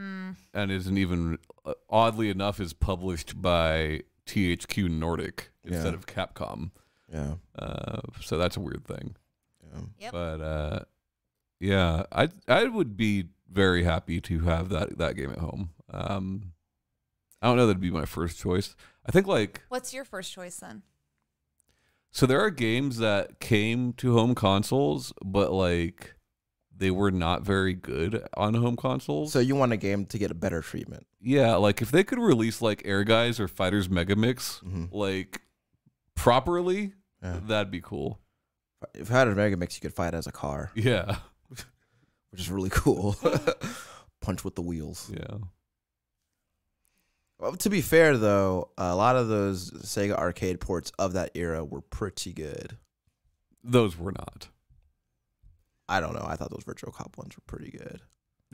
Speaker 3: mm,
Speaker 1: and isn't even uh, oddly enough is published by THQ Nordic
Speaker 2: Yeah.
Speaker 1: instead of Capcom.
Speaker 2: Yeah.
Speaker 1: Uh, so that's a weird thing.
Speaker 2: yeah.
Speaker 3: Yep.
Speaker 1: But uh, yeah, I I would be very happy to have that that game at home. Um, I don't know that'd be my first choice. I think like
Speaker 3: What's your first choice then?
Speaker 1: so there are games that came to home consoles, but like they were not very good on home consoles.
Speaker 2: So you want a game to get a better treatment.
Speaker 1: yeah, like if they could release like Air Guys or Fighters Mega Mix
Speaker 2: Mm-hmm.
Speaker 1: like properly,
Speaker 2: Yeah.
Speaker 1: that'd be cool.
Speaker 2: If I had a Mega Mix, you could fight as a car,
Speaker 1: Yeah,
Speaker 2: which is really cool. Punch with the wheels.
Speaker 1: yeah.
Speaker 2: Well, to be fair, though, a lot of those Sega arcade ports of that era were pretty good.
Speaker 1: Those were not.
Speaker 2: I don't know. I thought those Virtual Cop ones were pretty good.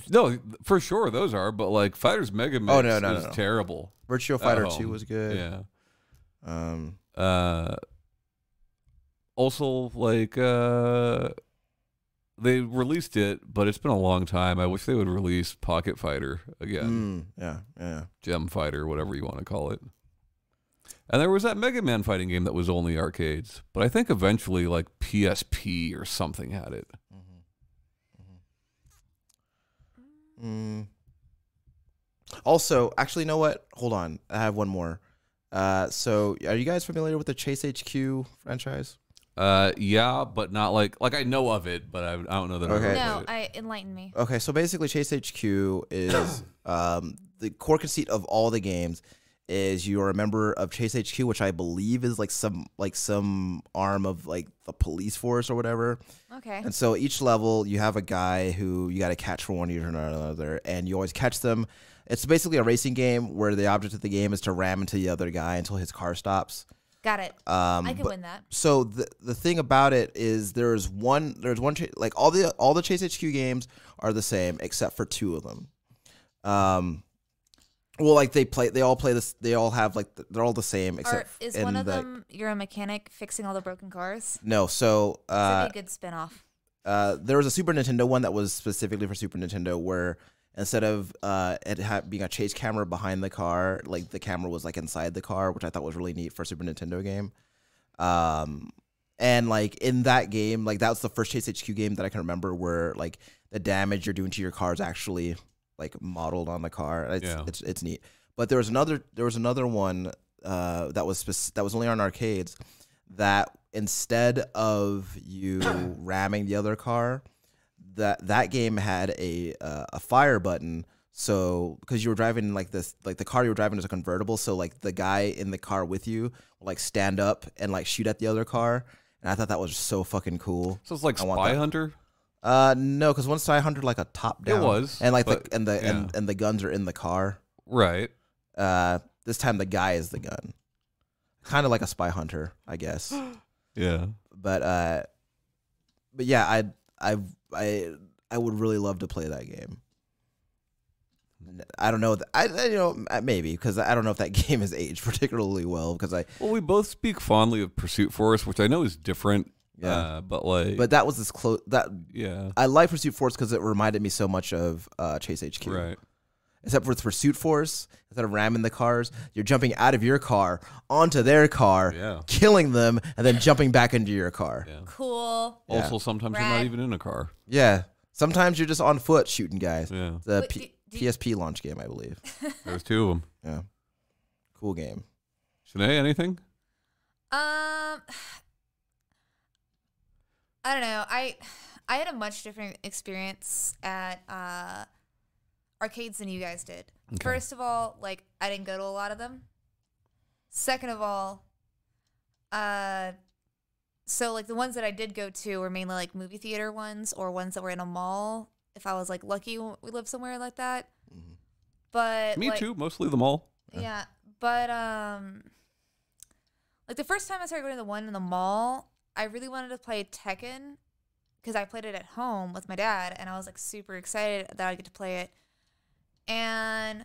Speaker 1: No, for sure those are, but like Fighters Mega Mix
Speaker 2: Oh, no, no,
Speaker 1: is
Speaker 2: no, no.
Speaker 1: terrible.
Speaker 2: Virtual Fighter
Speaker 1: home.
Speaker 2: Two was good.
Speaker 1: Yeah.
Speaker 2: Um,
Speaker 1: Uh also like uh they released it, but it's been a long time. I wish they would release Pocket Fighter
Speaker 2: mm, yeah.
Speaker 1: again,
Speaker 2: yeah.
Speaker 1: Gem Fighter, whatever you want to call it. And there was that Mega Man fighting game that was only arcades, but I think eventually like PSP or something had it.
Speaker 2: Mm. Also, actually, you know what? Hold on. I have one more. Uh, so, are you guys familiar with the Chase HQ franchise?
Speaker 1: Uh, yeah, but not like like I know of it, but I, I don't know that.
Speaker 2: Okay.
Speaker 1: I
Speaker 3: No,
Speaker 1: it.
Speaker 3: I enlighten me.
Speaker 2: Okay, so basically, Chase HQ is um, the core conceit of all the games is you are a member of Chase HQ, which I believe is like some like some arm of like the police force or whatever.
Speaker 3: Okay.
Speaker 2: Oh. And so each level, you have a guy who you got to catch for one reason or another, and you always catch them. It's basically a racing game where the object of the game is to ram into the other guy until his car stops.
Speaker 3: Got it.
Speaker 2: Um,
Speaker 3: I can
Speaker 2: but-
Speaker 3: win that.
Speaker 2: so the the thing about it is there is one there's one cha- like all the all the Chase HQ games are the same except for two of them. Um, well, like they play they all play this they all have like th- they're all the same
Speaker 3: Or
Speaker 2: except
Speaker 3: is
Speaker 2: in
Speaker 3: one of
Speaker 2: the-
Speaker 3: them you're a mechanic fixing all the broken cars?
Speaker 2: No, so uh,
Speaker 3: That'd be a good spin off.
Speaker 2: uh, there was a Super Nintendo one that was specifically for Super Nintendo where instead of uh, it ha- being a chase camera behind the car, like the camera was like inside the car, which I thought was really neat for a Super Nintendo game. Um, and like in that game, like that was the first Chase HQ game that I can remember where like the damage you're doing to your car is actually like modeled on the car. It's
Speaker 1: Yeah.
Speaker 2: it's, it's neat. But there was another there was another one uh, that was spec- that was only on arcades that instead of you ramming the other car, that that game had a uh, a fire button. So because you were driving like this, like the car you were driving is a convertible, so like the guy in the car with you will like stand up and like shoot at the other car. And I thought that was so fucking cool.
Speaker 1: So it's like
Speaker 2: I want
Speaker 1: Spy
Speaker 2: that.
Speaker 1: Hunter.
Speaker 2: Uh, no, because once I hunted like a top down,
Speaker 1: was,
Speaker 2: and like
Speaker 1: but-
Speaker 2: the and the and,
Speaker 1: yeah.
Speaker 2: and the guns are in the car.
Speaker 1: Right.
Speaker 2: Uh, this time the guy is the gun, kind of like a spy hunter, I guess.
Speaker 1: Yeah.
Speaker 2: but uh but yeah i i i i would really love to play that game i don't know th- i, I you know m- maybe because i don't know if that game is aged particularly well because i
Speaker 1: Well, we both speak fondly of Pursuit Force, which I know is different.
Speaker 2: Yeah.
Speaker 1: Uh, but like,
Speaker 2: but that was this close that
Speaker 1: yeah,
Speaker 2: i like pursuit force because it reminded me so much of uh chase hq
Speaker 1: right.
Speaker 2: except for with pursuit force instead of ramming the cars you're jumping out of your car onto their car
Speaker 1: Yeah.
Speaker 2: killing them and then jumping back into your car
Speaker 1: Yeah.
Speaker 3: Cool.
Speaker 2: Yeah.
Speaker 1: Also, sometimes you're not
Speaker 3: Rad.
Speaker 1: even in a car.
Speaker 2: yeah sometimes you're just on foot shooting guys
Speaker 1: Yeah.
Speaker 2: the
Speaker 3: Wait,
Speaker 2: P-
Speaker 3: do- do-
Speaker 2: psp launch game i believe
Speaker 1: There's two of them.
Speaker 2: Yeah. Cool game.
Speaker 1: Shanae, anything?
Speaker 3: Um, I don't know. I I had a much different experience at uh, arcades than you guys did. First of all, like I didn't go to a lot of them. Second of all, uh, so like the ones that I did go to were mainly like movie theater ones or ones that were in a mall. If I was like lucky, we lived somewhere like that. But
Speaker 1: Mm-hmm. Me
Speaker 3: like,
Speaker 1: too. Mostly the mall.
Speaker 3: yeah, but um, like the first time I started going to the one in the mall, I really wanted to play Tekken because I played it at home with my dad, and I was like super excited that I'd get to play it. And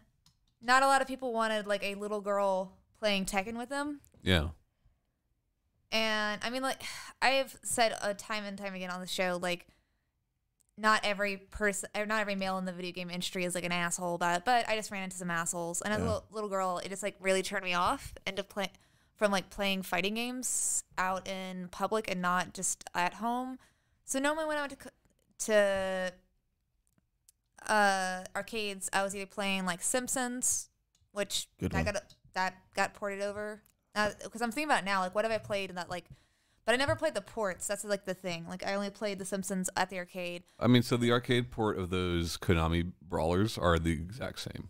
Speaker 3: not a lot of people wanted like a little girl playing Tekken with them.
Speaker 1: Yeah.
Speaker 3: And I mean, like, I have said a time and time again on the show, like, not every person, or not every male in the video game industry is like an asshole about it, but I just ran into some assholes. And as a
Speaker 2: Yeah.
Speaker 3: little, little girl, it just like really turned me off. And to play, from like playing fighting games out in public and not just at home. So normally when I went to c- to uh, arcades, I was either playing like Simpsons, which
Speaker 2: Good
Speaker 3: I
Speaker 2: one.
Speaker 3: got that got ported over because I'm thinking about it now. Like, what have I played in that like? But I never played the ports. That's like the thing. Like, I only played The Simpsons at the arcade.
Speaker 1: I mean, so the arcade port of those Konami brawlers are the exact same.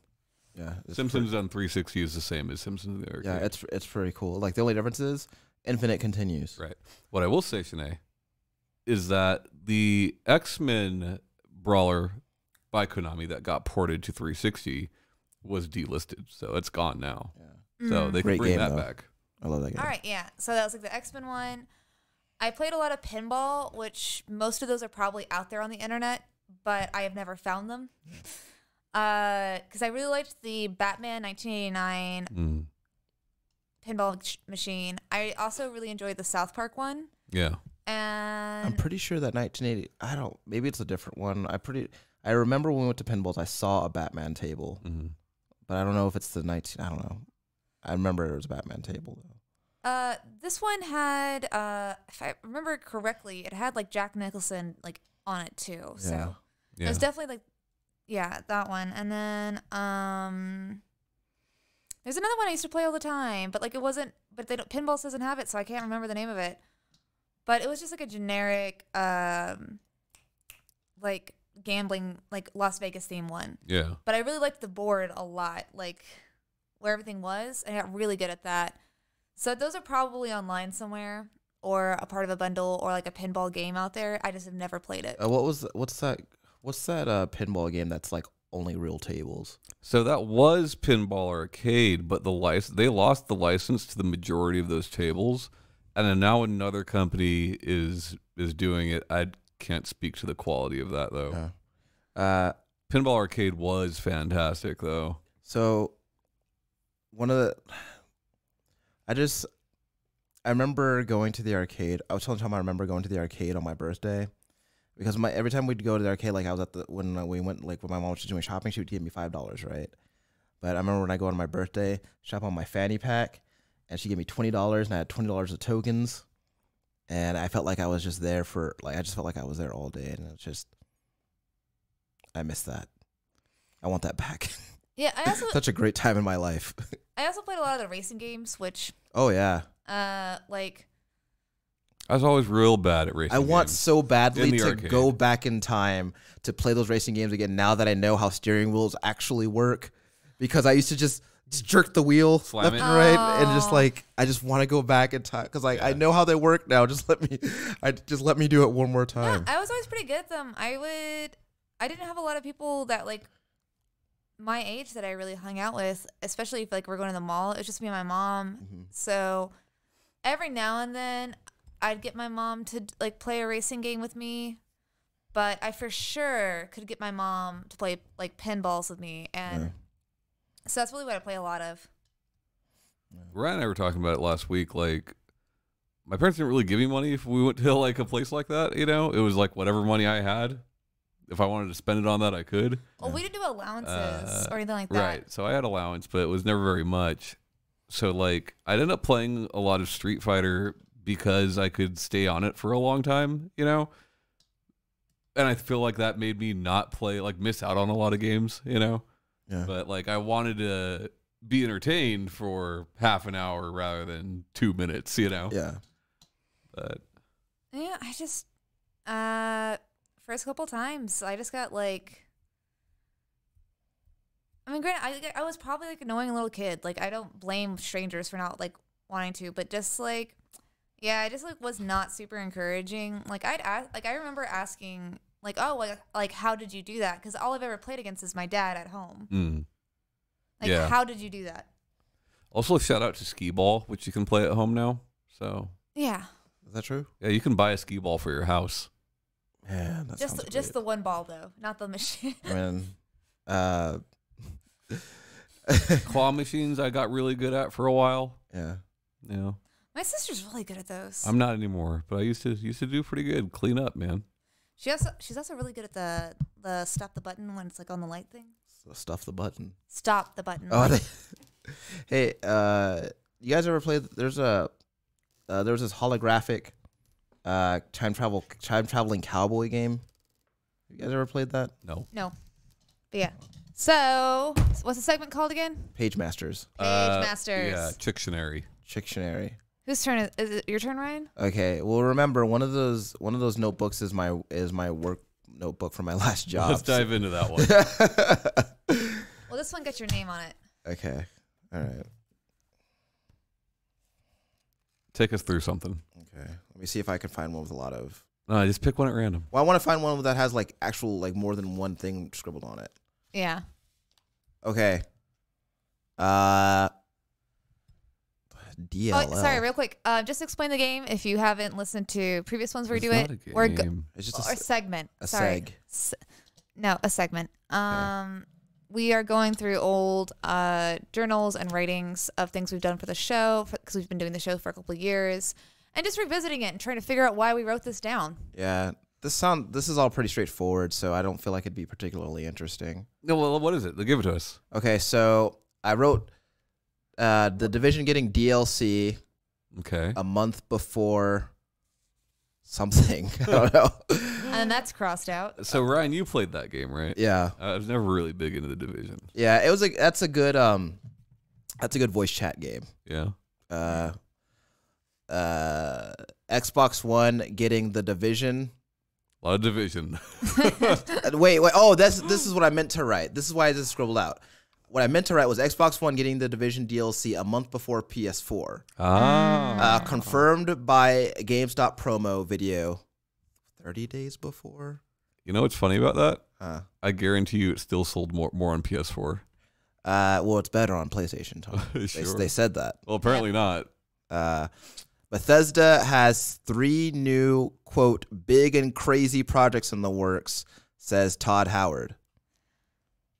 Speaker 2: Yeah. it's
Speaker 1: Simpsons on 360 is the same as Simpsons in the
Speaker 2: pre-
Speaker 1: arcade.
Speaker 2: yeah, it's it's pretty cool. Like the only difference is infinite continues.
Speaker 1: Right. What I will say, Shanae, is that the X Men brawler by Konami that got ported to 360 was delisted, so it's gone now.
Speaker 2: Yeah.
Speaker 1: So they can
Speaker 2: Great
Speaker 1: bring
Speaker 2: game,
Speaker 1: that
Speaker 2: though.
Speaker 1: back.
Speaker 2: I love that game.
Speaker 3: All right, yeah. So that was like the X Men one. I played a lot of pinball, which most of those are probably out there on the internet, but I have never found them. Because I really liked the Batman 1989
Speaker 1: Mm.
Speaker 3: pinball ch- machine. I also really enjoyed the South Park one.
Speaker 1: Yeah.
Speaker 3: And
Speaker 2: I'm pretty sure that 1980. I don't. Maybe it's a different one. I pretty. I remember when we went to Pinballs, I saw a Batman table,
Speaker 1: Mhm.
Speaker 2: but I don't know if it's the 19. I don't know. I remember it was a Batman table though.
Speaker 3: uh, this one had, uh, if I remember correctly, it had like Jack Nicholson like on it too.
Speaker 2: Yeah.
Speaker 3: So
Speaker 1: Yeah.
Speaker 3: It's definitely like, yeah, that one. And then um, there's another one I used to play all the time, but like it wasn't. But they don't, pinballs doesn't have it, so I can't remember the name of it. But it was just like a generic, um, like gambling, like Las Vegas theme one.
Speaker 1: yeah.
Speaker 3: But I really liked the board a lot, like where everything was. I got really good at that. So those are probably online somewhere, or a part of a bundle, or like a pinball game out there. I just have never played it.
Speaker 2: Uh, what was the, what's that? What's that uh, pinball game that's like only real tables?
Speaker 1: So that was Pinball Arcade, but the license they lost the license to the majority of those tables, and then now another company is is doing it. I can't speak to the quality of that though.
Speaker 2: Yeah. Uh,
Speaker 1: Pinball Arcade was fantastic though.
Speaker 2: so one of the, I just, I remember going to the arcade. I was telling Tom I remember going to the arcade on my birthday, because my every time we'd go to the arcade, like I was at the when uh, we went like when my mom was doing shopping, she would give me five dollars, right? But I remember when I go on my birthday, shop on my fanny pack, and she gave me twenty dollars, and I had twenty dollars of tokens, and I felt like I was just there for like I just felt like I was there all day, and it's just, I miss that. I want that back.
Speaker 3: Yeah, I also
Speaker 2: Such a great time in my life.
Speaker 3: I also played a lot of the racing games, which
Speaker 2: Oh yeah,
Speaker 3: uh like
Speaker 1: I was always real bad at racing.
Speaker 2: I want
Speaker 1: games.
Speaker 2: so
Speaker 1: In
Speaker 2: badly
Speaker 1: the
Speaker 2: to
Speaker 1: arcade.
Speaker 2: go back in time to play those racing games again. Now that I know how steering wheels actually work, because I used to just, just jerk the wheel
Speaker 1: Slam
Speaker 2: left
Speaker 1: it.
Speaker 2: and right, and just
Speaker 3: Oh.
Speaker 2: like I just want to go back in time because like I
Speaker 1: Yeah.
Speaker 2: know how they work now. Just let me, I just let me do it one more
Speaker 3: yeah,
Speaker 2: time.
Speaker 3: I was always pretty good at them. I would I didn't have a lot of people that like my age that I really hung out with, especially if like we're going to the mall. It was just me and my mom.
Speaker 1: Mm-hmm.
Speaker 3: So every now and then I'd get my mom to like play a racing game with me. But I for sure could get my mom to play like pinballs with me and
Speaker 2: Yeah.
Speaker 3: so that's really what I play a lot of.
Speaker 1: Ryan and I were talking about it last week. Like, my parents didn't really give me money if we went to like a place like that. You know, it was like whatever money I had. If I wanted to spend it on that, I could.
Speaker 3: Well, we didn't do allowances
Speaker 1: Uh,
Speaker 3: or anything like that.
Speaker 1: Right. So I had allowance, but it was never very much. So like, I ended up playing a lot of Street Fighter because I could stay on it for a long time. You know. And I feel like that made me not play, like miss out on a lot of games, you know?
Speaker 2: Yeah.
Speaker 1: but like I wanted to be entertained for half an hour rather than two minutes, you know.
Speaker 2: yeah.
Speaker 1: But
Speaker 3: Yeah, I just uh first couple times I just got like I mean, granted, I I was probably like an annoying little kid. Like I don't blame strangers for not like wanting to, but just like yeah, I just like was not super encouraging. Like I'd ask, like I remember asking like, "Oh, like, like how did you do that?" Cuz all I've ever played against is my dad at home.
Speaker 1: mm.
Speaker 3: Like,
Speaker 1: Yeah.
Speaker 3: "How did you do that?"
Speaker 1: also shout out to skee ball, which you can play at home now. So
Speaker 3: Yeah.
Speaker 2: Is that true?
Speaker 1: yeah, you can buy a skee ball for your house.
Speaker 2: Yeah. That
Speaker 3: just the,
Speaker 2: sounds great.
Speaker 3: just the one ball though, not the machine.
Speaker 2: I mean, uh,
Speaker 1: Claw machines I got really good at for a while.
Speaker 2: yeah.
Speaker 1: You know.
Speaker 3: my sister's really good at those.
Speaker 1: I'm not anymore, but I used to used to do pretty good. Clean up, man.
Speaker 3: She also she's also really good at the the stop the button when it's like on the light thing.
Speaker 2: Stuff the button.
Speaker 1: Oh,
Speaker 3: Stop the button.
Speaker 2: Oh, they- Oh, hey, uh, you guys ever played? There's a uh, there was this holographic uh, time travel time traveling cowboy game. You guys ever played that?
Speaker 1: No.
Speaker 3: No. But yeah. So, what's the segment called again?
Speaker 2: Page Masters,
Speaker 3: Page Masters.
Speaker 1: Uh, Yeah, Chictionary.
Speaker 2: Chictionary.
Speaker 3: Whose turn is, is it? Your turn, Ryan?
Speaker 2: Okay. Well, remember one of those one of those notebooks is my is my work notebook for my last job.
Speaker 1: Let's dive into that one.
Speaker 3: Well, this one got your name on it.
Speaker 2: Okay. All right.
Speaker 1: Take us through something.
Speaker 2: Okay. Let me see if I can find one with a lot of.
Speaker 1: No, just pick one at random.
Speaker 2: Well, I want to find one that has like actual like more than one thing scribbled on it.
Speaker 3: Yeah.
Speaker 2: Okay. Uh. DLL.
Speaker 3: Oh, sorry, real quick. Uh, just explain the game if you haven't listened to previous ones where
Speaker 1: It's
Speaker 3: we do
Speaker 1: not
Speaker 3: it.
Speaker 1: a
Speaker 3: Or, go-
Speaker 1: game.
Speaker 2: It's just a
Speaker 3: Oh, or
Speaker 2: s-
Speaker 3: segment.
Speaker 2: a
Speaker 3: sorry.
Speaker 2: seg.
Speaker 3: S- no, a segment. Um, We are going through old uh, journals and writings of things we've done for the show because we've been doing the show for a couple of years and just revisiting it and trying to figure out why we wrote this down.
Speaker 2: yeah. This sound. This is all pretty straightforward, so I don't feel like it'd be particularly interesting.
Speaker 1: No, well, what is it? Give it to us.
Speaker 2: Okay, so I wrote uh, the division getting DLC
Speaker 1: Okay.
Speaker 2: a month before something. I don't know.
Speaker 3: And that's crossed out.
Speaker 1: so Ryan, you played that game, right?
Speaker 2: yeah,
Speaker 1: I was never really big into the division.
Speaker 2: yeah. It was a that's a good um, that's a good voice chat game.
Speaker 1: Yeah.
Speaker 2: Uh, uh, Xbox One getting the division.
Speaker 1: A lot of division.
Speaker 2: Uh, Wait, wait. Oh, that's this is what I meant to write. This is why I just scribbled out. What I meant to write was Xbox One getting the division DLC a month before PS4.
Speaker 1: ah.
Speaker 2: Uh, confirmed by a GameStop promo video 30 days before.
Speaker 1: You know what's funny about that?
Speaker 2: Huh.
Speaker 1: I guarantee you it still sold more, more on PS4.
Speaker 2: Uh, well, it's better on PlayStation. Tom. They,
Speaker 1: Sure.
Speaker 2: they said that.
Speaker 1: Well, apparently not.
Speaker 2: Uh, Bethesda has three new, quote, big and crazy projects in the works, says Todd Howard.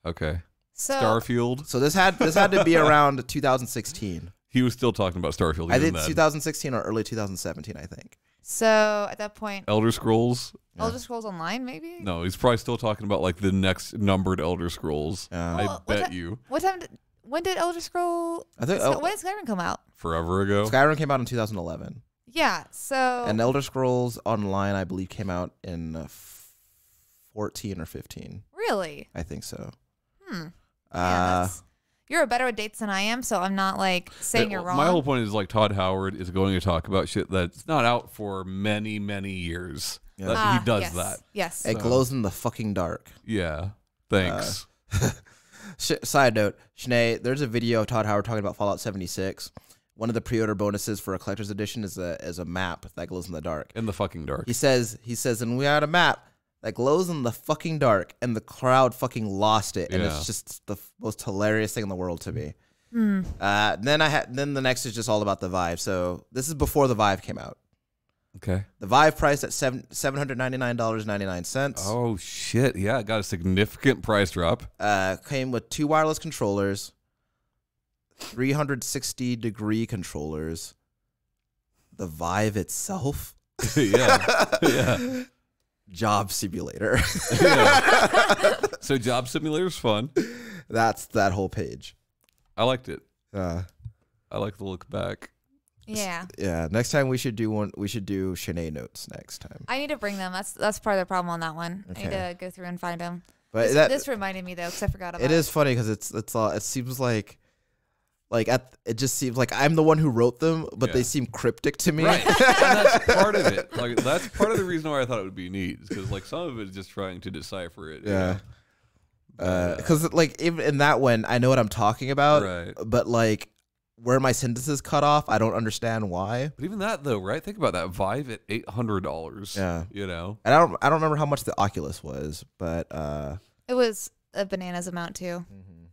Speaker 1: Okay.
Speaker 3: So,
Speaker 1: Starfield.
Speaker 2: So this had this had to be around 2016.
Speaker 1: He was still talking about Starfield.
Speaker 2: I
Speaker 1: even
Speaker 2: think
Speaker 1: then.
Speaker 2: 2016 or early 2017, I think.
Speaker 3: so at that point,
Speaker 1: Elder Scrolls.
Speaker 3: Elder Scrolls Online, maybe?
Speaker 1: No, he's probably still talking about like the next numbered Elder Scrolls. I
Speaker 2: Yeah.
Speaker 3: Well, what
Speaker 1: bet
Speaker 3: ti-
Speaker 1: you
Speaker 3: What time? Did, when did Elder Scroll?
Speaker 2: I think-
Speaker 3: Sky-
Speaker 2: oh.
Speaker 3: when did Skyrim come out?
Speaker 1: forever ago.
Speaker 2: Skyrim came out in 2011,
Speaker 3: Yeah. So
Speaker 2: and Elder Scrolls Online, I believe, came out in uh, f- 14 or 15.
Speaker 3: really,
Speaker 2: I think so.
Speaker 3: hmm. yeah,
Speaker 2: Uh,
Speaker 3: that's- you're a better at dates than I am, so I'm not like saying
Speaker 1: Hey,
Speaker 3: you're
Speaker 1: well,
Speaker 3: wrong.
Speaker 1: My whole point is like Todd Howard is going to talk about shit that's not out for many, many years.
Speaker 2: Yeah.
Speaker 1: That-
Speaker 3: Ah,
Speaker 1: he does
Speaker 3: yes,
Speaker 1: that.
Speaker 3: Yes.
Speaker 2: it
Speaker 1: so-
Speaker 2: glows in the fucking dark.
Speaker 1: Yeah. Thanks.
Speaker 2: Sh- side note, Shanae, there's a video of Todd Howard talking about Fallout 76. One of the pre-order bonuses for a collector's edition is a is a map that glows in the dark.
Speaker 1: in the fucking dark.
Speaker 2: He says he says, and we had a map that glows in the fucking dark, and the crowd fucking lost it, and
Speaker 1: Yeah.
Speaker 2: it's just the f- most hilarious thing in the world to me. Uh, then I had then the next is just all about the Vive. So this is before the Vive came out.
Speaker 1: Okay.
Speaker 2: The Vive priced at seven seven hundred ninety nine dollars ninety nine cents.
Speaker 1: Oh shit. Yeah, it got a significant price drop.
Speaker 2: uh, came with two wireless controllers, 360 degree controllers, the Vive itself,
Speaker 1: yeah. yeah.
Speaker 2: job simulator.
Speaker 1: Yeah. So job simulator's fun.
Speaker 2: That's that whole page.
Speaker 1: I liked it.
Speaker 2: Uh,
Speaker 1: I like the look back.
Speaker 3: yeah.
Speaker 2: yeah, next time we should do one. We should do Shanae notes next time.
Speaker 3: I need to bring them. That's that's part of the problem on that one. I
Speaker 2: Okay.
Speaker 3: need to go through and find them.
Speaker 2: But
Speaker 3: this,
Speaker 2: that
Speaker 3: this reminded me though, because I forgot about
Speaker 2: it is funny because it's it's all. It seems like. Like at, it just seems like I'm the one who wrote them, but they
Speaker 1: Yeah.
Speaker 2: seem cryptic to me.
Speaker 1: Right. and that's part of it. Like that's part of the reason why I thought it would be neat is because like some of it is just trying to decipher it. you
Speaker 2: Yeah.
Speaker 1: Uh,
Speaker 2: because like even in that one, I know what I'm talking about,
Speaker 1: Right.
Speaker 2: but like where my sentences cut off, I don't understand why.
Speaker 1: But even that though, right? Think about that. Vive at eight hundred dollars.
Speaker 2: Yeah.
Speaker 1: You know?
Speaker 2: And I don't, I don't remember how much the Oculus was, but uh,
Speaker 3: it was a bananas amount too.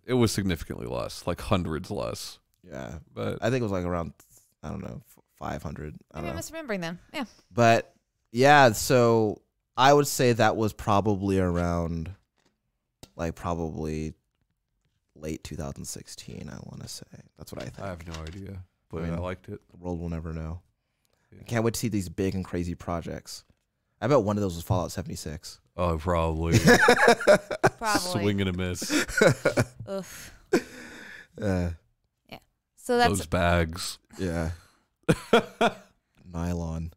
Speaker 1: It was significantly less, like hundreds less.
Speaker 2: yeah,
Speaker 1: But
Speaker 2: I think it was like around I don't know five hundred. I
Speaker 3: Maybe
Speaker 2: don't
Speaker 3: I'm
Speaker 2: know,
Speaker 3: misremembering them. Yeah.
Speaker 2: but yeah, so I would say that was probably around like probably late 2016. I want to say that's what I think.
Speaker 1: I have no idea. But I,
Speaker 2: I mean-
Speaker 1: liked it.
Speaker 2: The world will never know.
Speaker 1: Yeah.
Speaker 2: I can't wait to see these big and crazy projects. I bet one of those was Fallout 76.
Speaker 1: Oh, probably.
Speaker 3: Probably.
Speaker 1: Swing and a miss.
Speaker 3: Oof.
Speaker 2: Uh,
Speaker 3: So that's
Speaker 1: Those bags.
Speaker 2: Yeah. Nylon.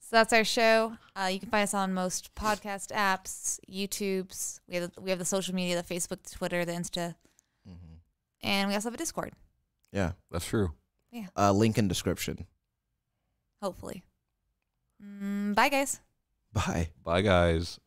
Speaker 3: So that's our show. Uh, you can find us on most podcast apps, YouTube's. We have we have the social media, the Facebook, the Twitter, the Insta,
Speaker 2: Mhm.
Speaker 3: and we also have a Discord.
Speaker 2: Yeah.
Speaker 1: That's true.
Speaker 2: Uh, link in description.
Speaker 3: Hopefully. Mm, bye, guys.
Speaker 2: Bye.
Speaker 1: Bye, guys.